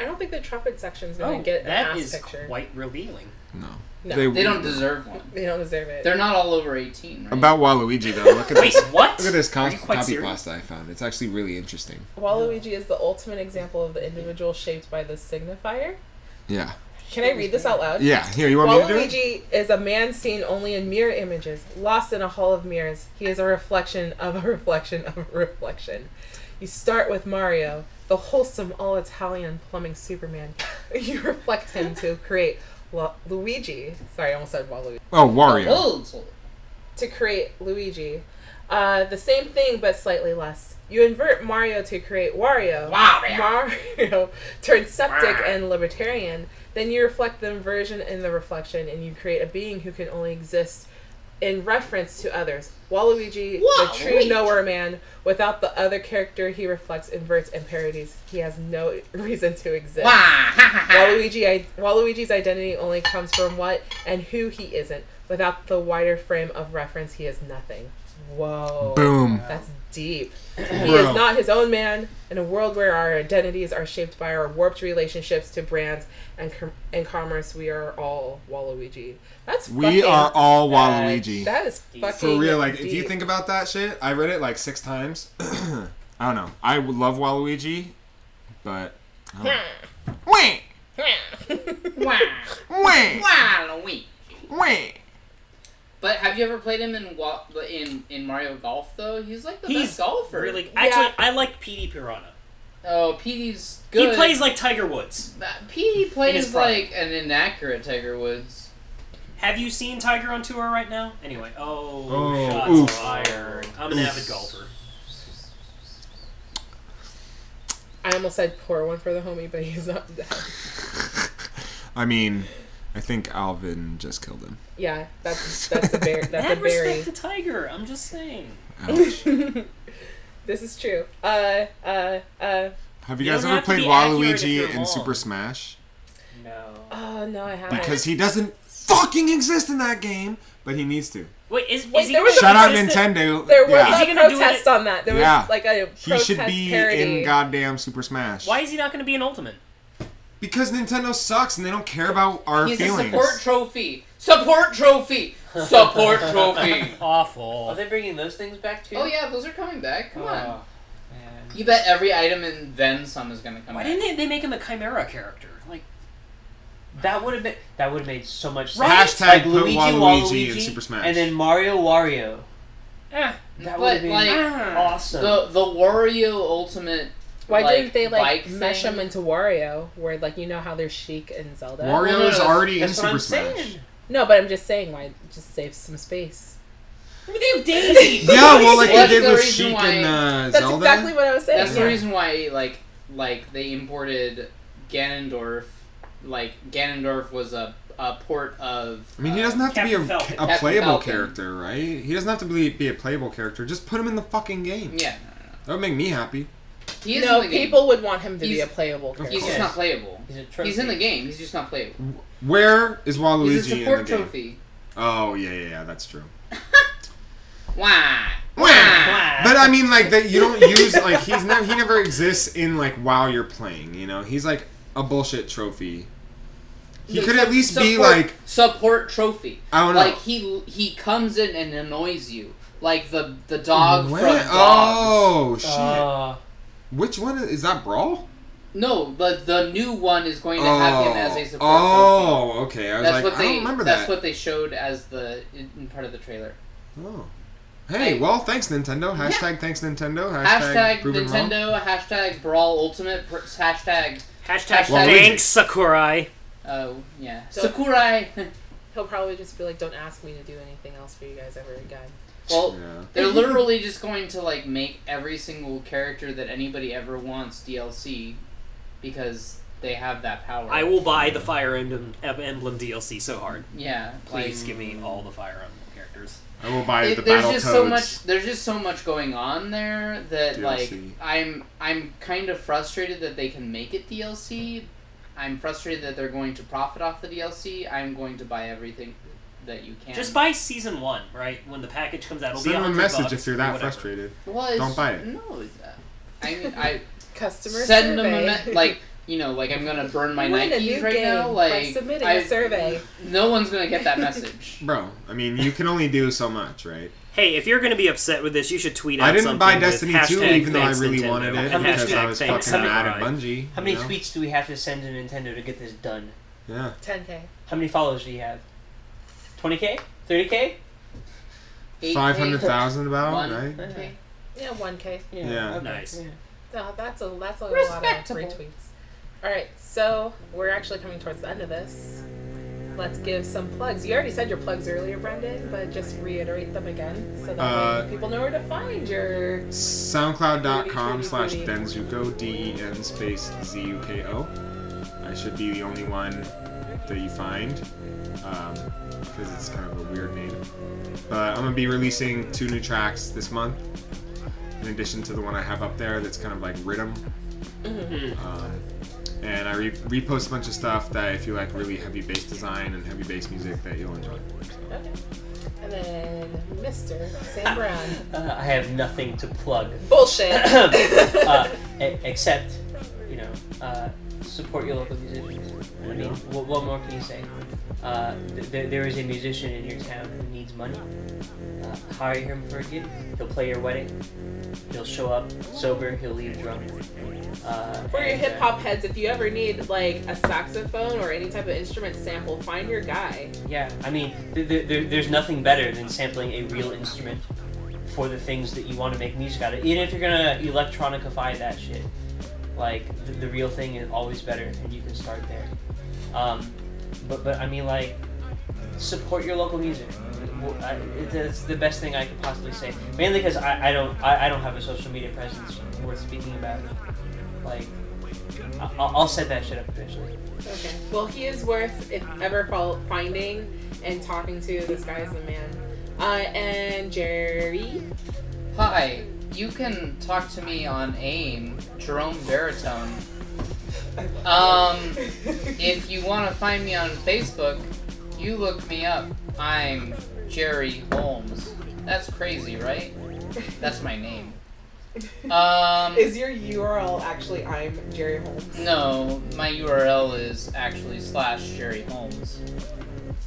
I don't think the trumpet section's but- gonna get an Oh, that ass is picture. quite revealing. No, No, They don't deserve one. They don't deserve it. They're not all over 18, right? About Waluigi though, look at Wait, this. what? Look at this Are cos- you quite copy serious? pasta I found. It's actually really interesting. Waluigi is the ultimate example of the individual shaped by the signifier. Yeah. Can I read this out loud? Yeah. Here, you want me to do it? Waluigi is a man seen only in mirror images, lost in a hall of mirrors. He is a reflection of a reflection of a reflection. You start with Mario, the wholesome all Italian plumbing Superman. You reflect him to create Wa- Luigi. Sorry, I almost said Waluigi. Oh, Wario. Oh, so- To create Luigi. Uh, the same thing, but slightly less. You invert Mario to create Wario. Wow. Mario turns septic and libertarian, then you reflect the inversion in the reflection and you create a being who can only exist in reference to others. Waluigi, the true nowhere man, without the other character he reflects, inverts, and parodies, he has no reason to exist. Waluigi, I, Waluigi's identity only comes from what and who he isn't. Without the wider frame of reference, he is nothing. Whoa. Boom. Oh, That's deep. He Bro. is not his own man. In a world where our identities are shaped by our warped relationships to brands and com- and commerce, we are all Waluigi. That's We fucking are all bad. Waluigi. That is fucking For real, like if you deep. think about that shit, I read it like six times. I don't know. I would love Waluigi, but I don't- wait, Wow. wait, Wow. Wait. wait. But have you ever played him in wa- in in Mario Golf though? He's like the He's best golfer. Really, Yeah. actually, I like Petey Piranha. Oh, Petey's good. He plays like Tiger Woods. That- Petey his plays prime. like an inaccurate Tiger Woods. Have you seen Tiger on tour right now? Anyway, oh, Oh, shots oof. fired. I'm an avid golfer. I almost said pour one for the homie, but he's not dead. I mean, I think Alvin just killed him. Yeah, that's that's a berry. That's Mad a berry. respect to Tiger. I'm just saying. Ouch. This is true. Uh, uh, uh. Have you, You guys don't ever have to played be accurate if Waluigi you're in wrong. Super Smash? No. Oh no, I haven't. Because he doesn't fucking exist in that game, but he needs to. Wait, is, is Wait, he there gonna was a- Shout out exist in- Nintendo. there was yeah. Is he a gonna do it protest on that. There was Yeah. like a protest He should be parody. in goddamn Super Smash. Why is he not going to be an Ultimate? Because Nintendo sucks and they don't care about our He's feelings. a support trophy. Support trophy. Support trophy. Awful. Are they bringing those things back too? oh yeah, those are coming back. Come on. Uh, Oh, man. You bet every item and then some is gonna come Why back. didn't they, they make him a Chimera character? Like, That would have been that would have made so much sense. Right? Hashtag Like put Luigi, Waluigi Waluigi, in Super Smash. and then Mario Wario. Eh, That would but have been Ah. like awesome. the the Wario Ultimate. Why like, didn't they like bike mesh thing? them into Wario, where like you know how they're chic and Zelda? Wario no, is that's- already in That's what Super I'm Smash. saying. No, but I'm just saying, why just save some space? They have Daisy. Yeah, well, like What's they did the with reason Sheik why- and uh, That's Zelda. exactly what I was saying. That's the reason why like like they imported Ganondorf. Like Ganondorf was a a port of. I mean, he uh, doesn't have to be a, Captain Falcon. a Captain playable Falcon. character, right? He doesn't have to be, be a playable character. Just put him in the fucking game. Yeah, That would make me happy. he is no, in the game. people would want him to be He's- a playable character. He's just Yes. not playable. He's, a trophy. He's in the game. He's just not playable. Where is Waluigi He's a in support the game? trophy. Oh yeah, yeah, yeah, that's true. Why? Wah! But I mean, like that you don't use like he's never he never exists in like while you're playing. You know, he's like a bullshit trophy. He could at least be Support- like support trophy. I don't know. Like he he comes in and annoys you, like the the dog What? from Dogs. Oh shit! Uh, Which one is, is that? Brawl? No, the the new one is going to have him as a Oh, support trophy. oh, okay. I was That's like, what I they. don't remember that's that. what they showed as the in, in part of the trailer. Oh. Hey, Hey. well, thanks Nintendo. Hashtag thanks Nintendo. Hashtag, Hashtag, proven wrong. Nintendo. Hashtag Brawl Ultimate. pr- Hashtag. Hashtag Well, thanks Sakurai. Oh yeah. So- Sakurai. He'll probably just be like, "Don't ask me to do anything else for you guys ever again." well, Yeah. They're literally just going to like make every single character that anybody ever wants DLC because they have that power. I will buy the Fire Emblem, Em- Emblem DLC so hard. Yeah. Please like, give me all the Fire Emblem characters. I will buy it- the there's battle just codes. so much. There's just so much going on there that like DLC. I'm I'm kind of frustrated that they can make it DLC. I'm frustrated that they're going to profit off the DLC. I'm going to buy everything that you can. Just buy season one, right? When the package comes out, it'll Send be them a 100 message bucks if you're or that whatever. frustrated. Well, it's- Don't buy it. No. it's- uh, I mean, I Customer send survey. them a me- like you know like i'm gonna burn my Win a new nikes right game now by like submitting a I- survey. no one's gonna get that message Bro, I mean, you can only do so much, right? Hey, if you're going to be upset with this, you should tweet out I didn't something buy with Destiny 2 hashtag even though I thanks really Nintendo wanted it and because I hashtag was fucking thanks mad at Sakurai. Bungie. how many you know? tweets do we have to send to Nintendo to get this done? 10k. How many followers do you have? 20k? 30k? Yeah. 8K. 500,000 about, One. right? Okay. Yeah, 1k. Yeah. okay, Nice. yeah. No, Uh, that's a that's a lot of Respectable. retweets. All right, so we're actually coming towards the end of this. Let's give some plugs. You already said your plugs earlier, Brendan, but just reiterate them again so that Uh, way people know where to find your. Soundcloud.com slash Denzuko, D E N space Z U K O. I should be the only one that you find because it's kind of a weird name. But I'm going to be releasing two new tracks this month in addition to the one I have up there that's kind of like rhythm. Um, and I re- repost a bunch of stuff that if you like really heavy bass design and heavy bass music that you'll enjoy. So. Okay. And then Mr. Sam Brown. Uh, I have nothing to plug. Bullshit. uh, e- except, you know, uh, support your local musicians. I mean, what, what more can you say? Uh, th- th- there is a musician in your town who needs money. Uh, hire him for a gig. He'll play your wedding. He'll show up sober. He'll leave drunk. Uh, For your and, uh, hip hop heads, if you ever need like a saxophone or any type of instrument sample, find your guy. Yeah, I mean, th- th- there, there's nothing better than sampling a real instrument for the things that you want to make music out of. Even if you're gonna electronicify that shit, like the, the real thing is always better, and you can start there. Um, but but I mean, like, support your local music. W- I- it- That's the best thing I could possibly say. Mainly because I, I don't I, I don't have a social media presence worth speaking about. Like, I, I'll I'll set that shit up eventually. Okay. Well, he is worth if ever fol- finding and talking to. This guy's the man. Uh, and Jerry. hi you can talk to me on aim jerome baritone um if you want to find me on facebook you look me up i'm jerry holmes that's crazy right that's my name um Is your URL actually I'm Jerry Holmes? No, my URL is actually slash Jerry Holmes.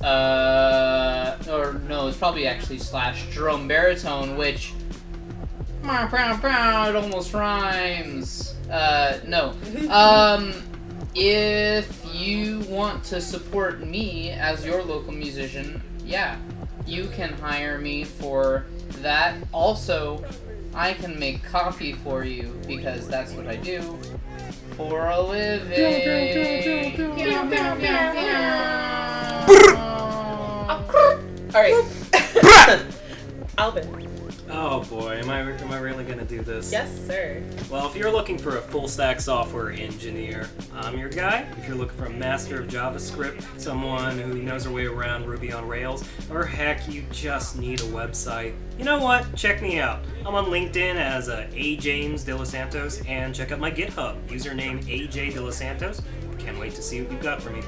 Uh, or no, it's probably actually slash Jerome Baritone, which. It almost rhymes. Uh, no. Um, if you want to support me as your local musician, yeah, you can hire me for that. Also, I can make coffee for you because that's what I do for a living. All right. Alvin. Oh boy, am I am I really gonna do this? Yes, sir. Well, if you're looking for a full stack software engineer, I'm your guy. If you're looking for a master of JavaScript, someone who knows their way around Ruby on Rails, or heck, you just need a website, you know what? Check me out. I'm on LinkedIn as uh, A James De Los Santos, and check out my GitHub username AJ De Los Santos. Can't wait to see what you've got for me.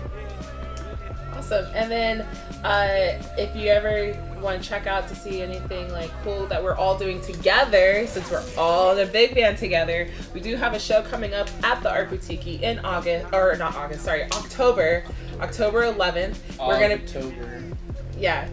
Awesome. And then uh, if you ever want to check out to see anything like cool that we're all doing together, since we're all in a big band together, we do have a show coming up at the Art Boutique in August, or not August, sorry, October, October 11th. We're gonna, October. yeah,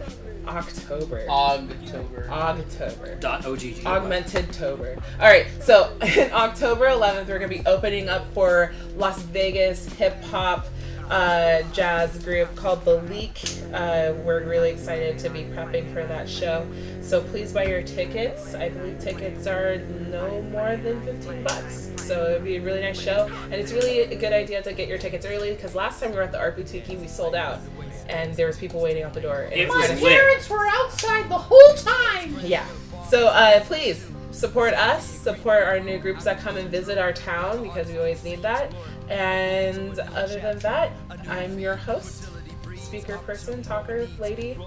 October, October. October. Dot OGG. Augmented Tober. All right, so in October 11th, we're gonna be opening up for Las Vegas hip hop uh, jazz group called The Leak. Uh, we're really excited to be prepping for that show. So please buy your tickets. I believe tickets are no more than 15 bucks. So it'd be a really nice show, and it's really a good idea to get your tickets early because last time we were at the Art Boutique, we sold out, and there was people waiting out the door. and It was was kinda- lit. were outside the whole time. yeah. So uh, please support us, support our new groups that come and visit our town because we always need that. And other than that, I'm your host, speaker person, talker lady,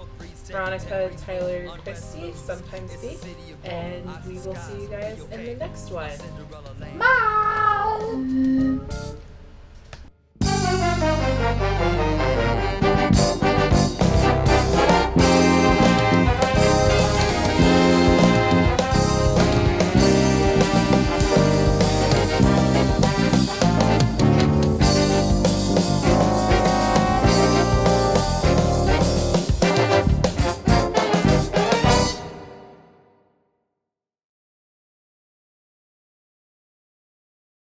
Veronica Tyler Christie, sometimes V. And we will see you guys in the next one. Bye!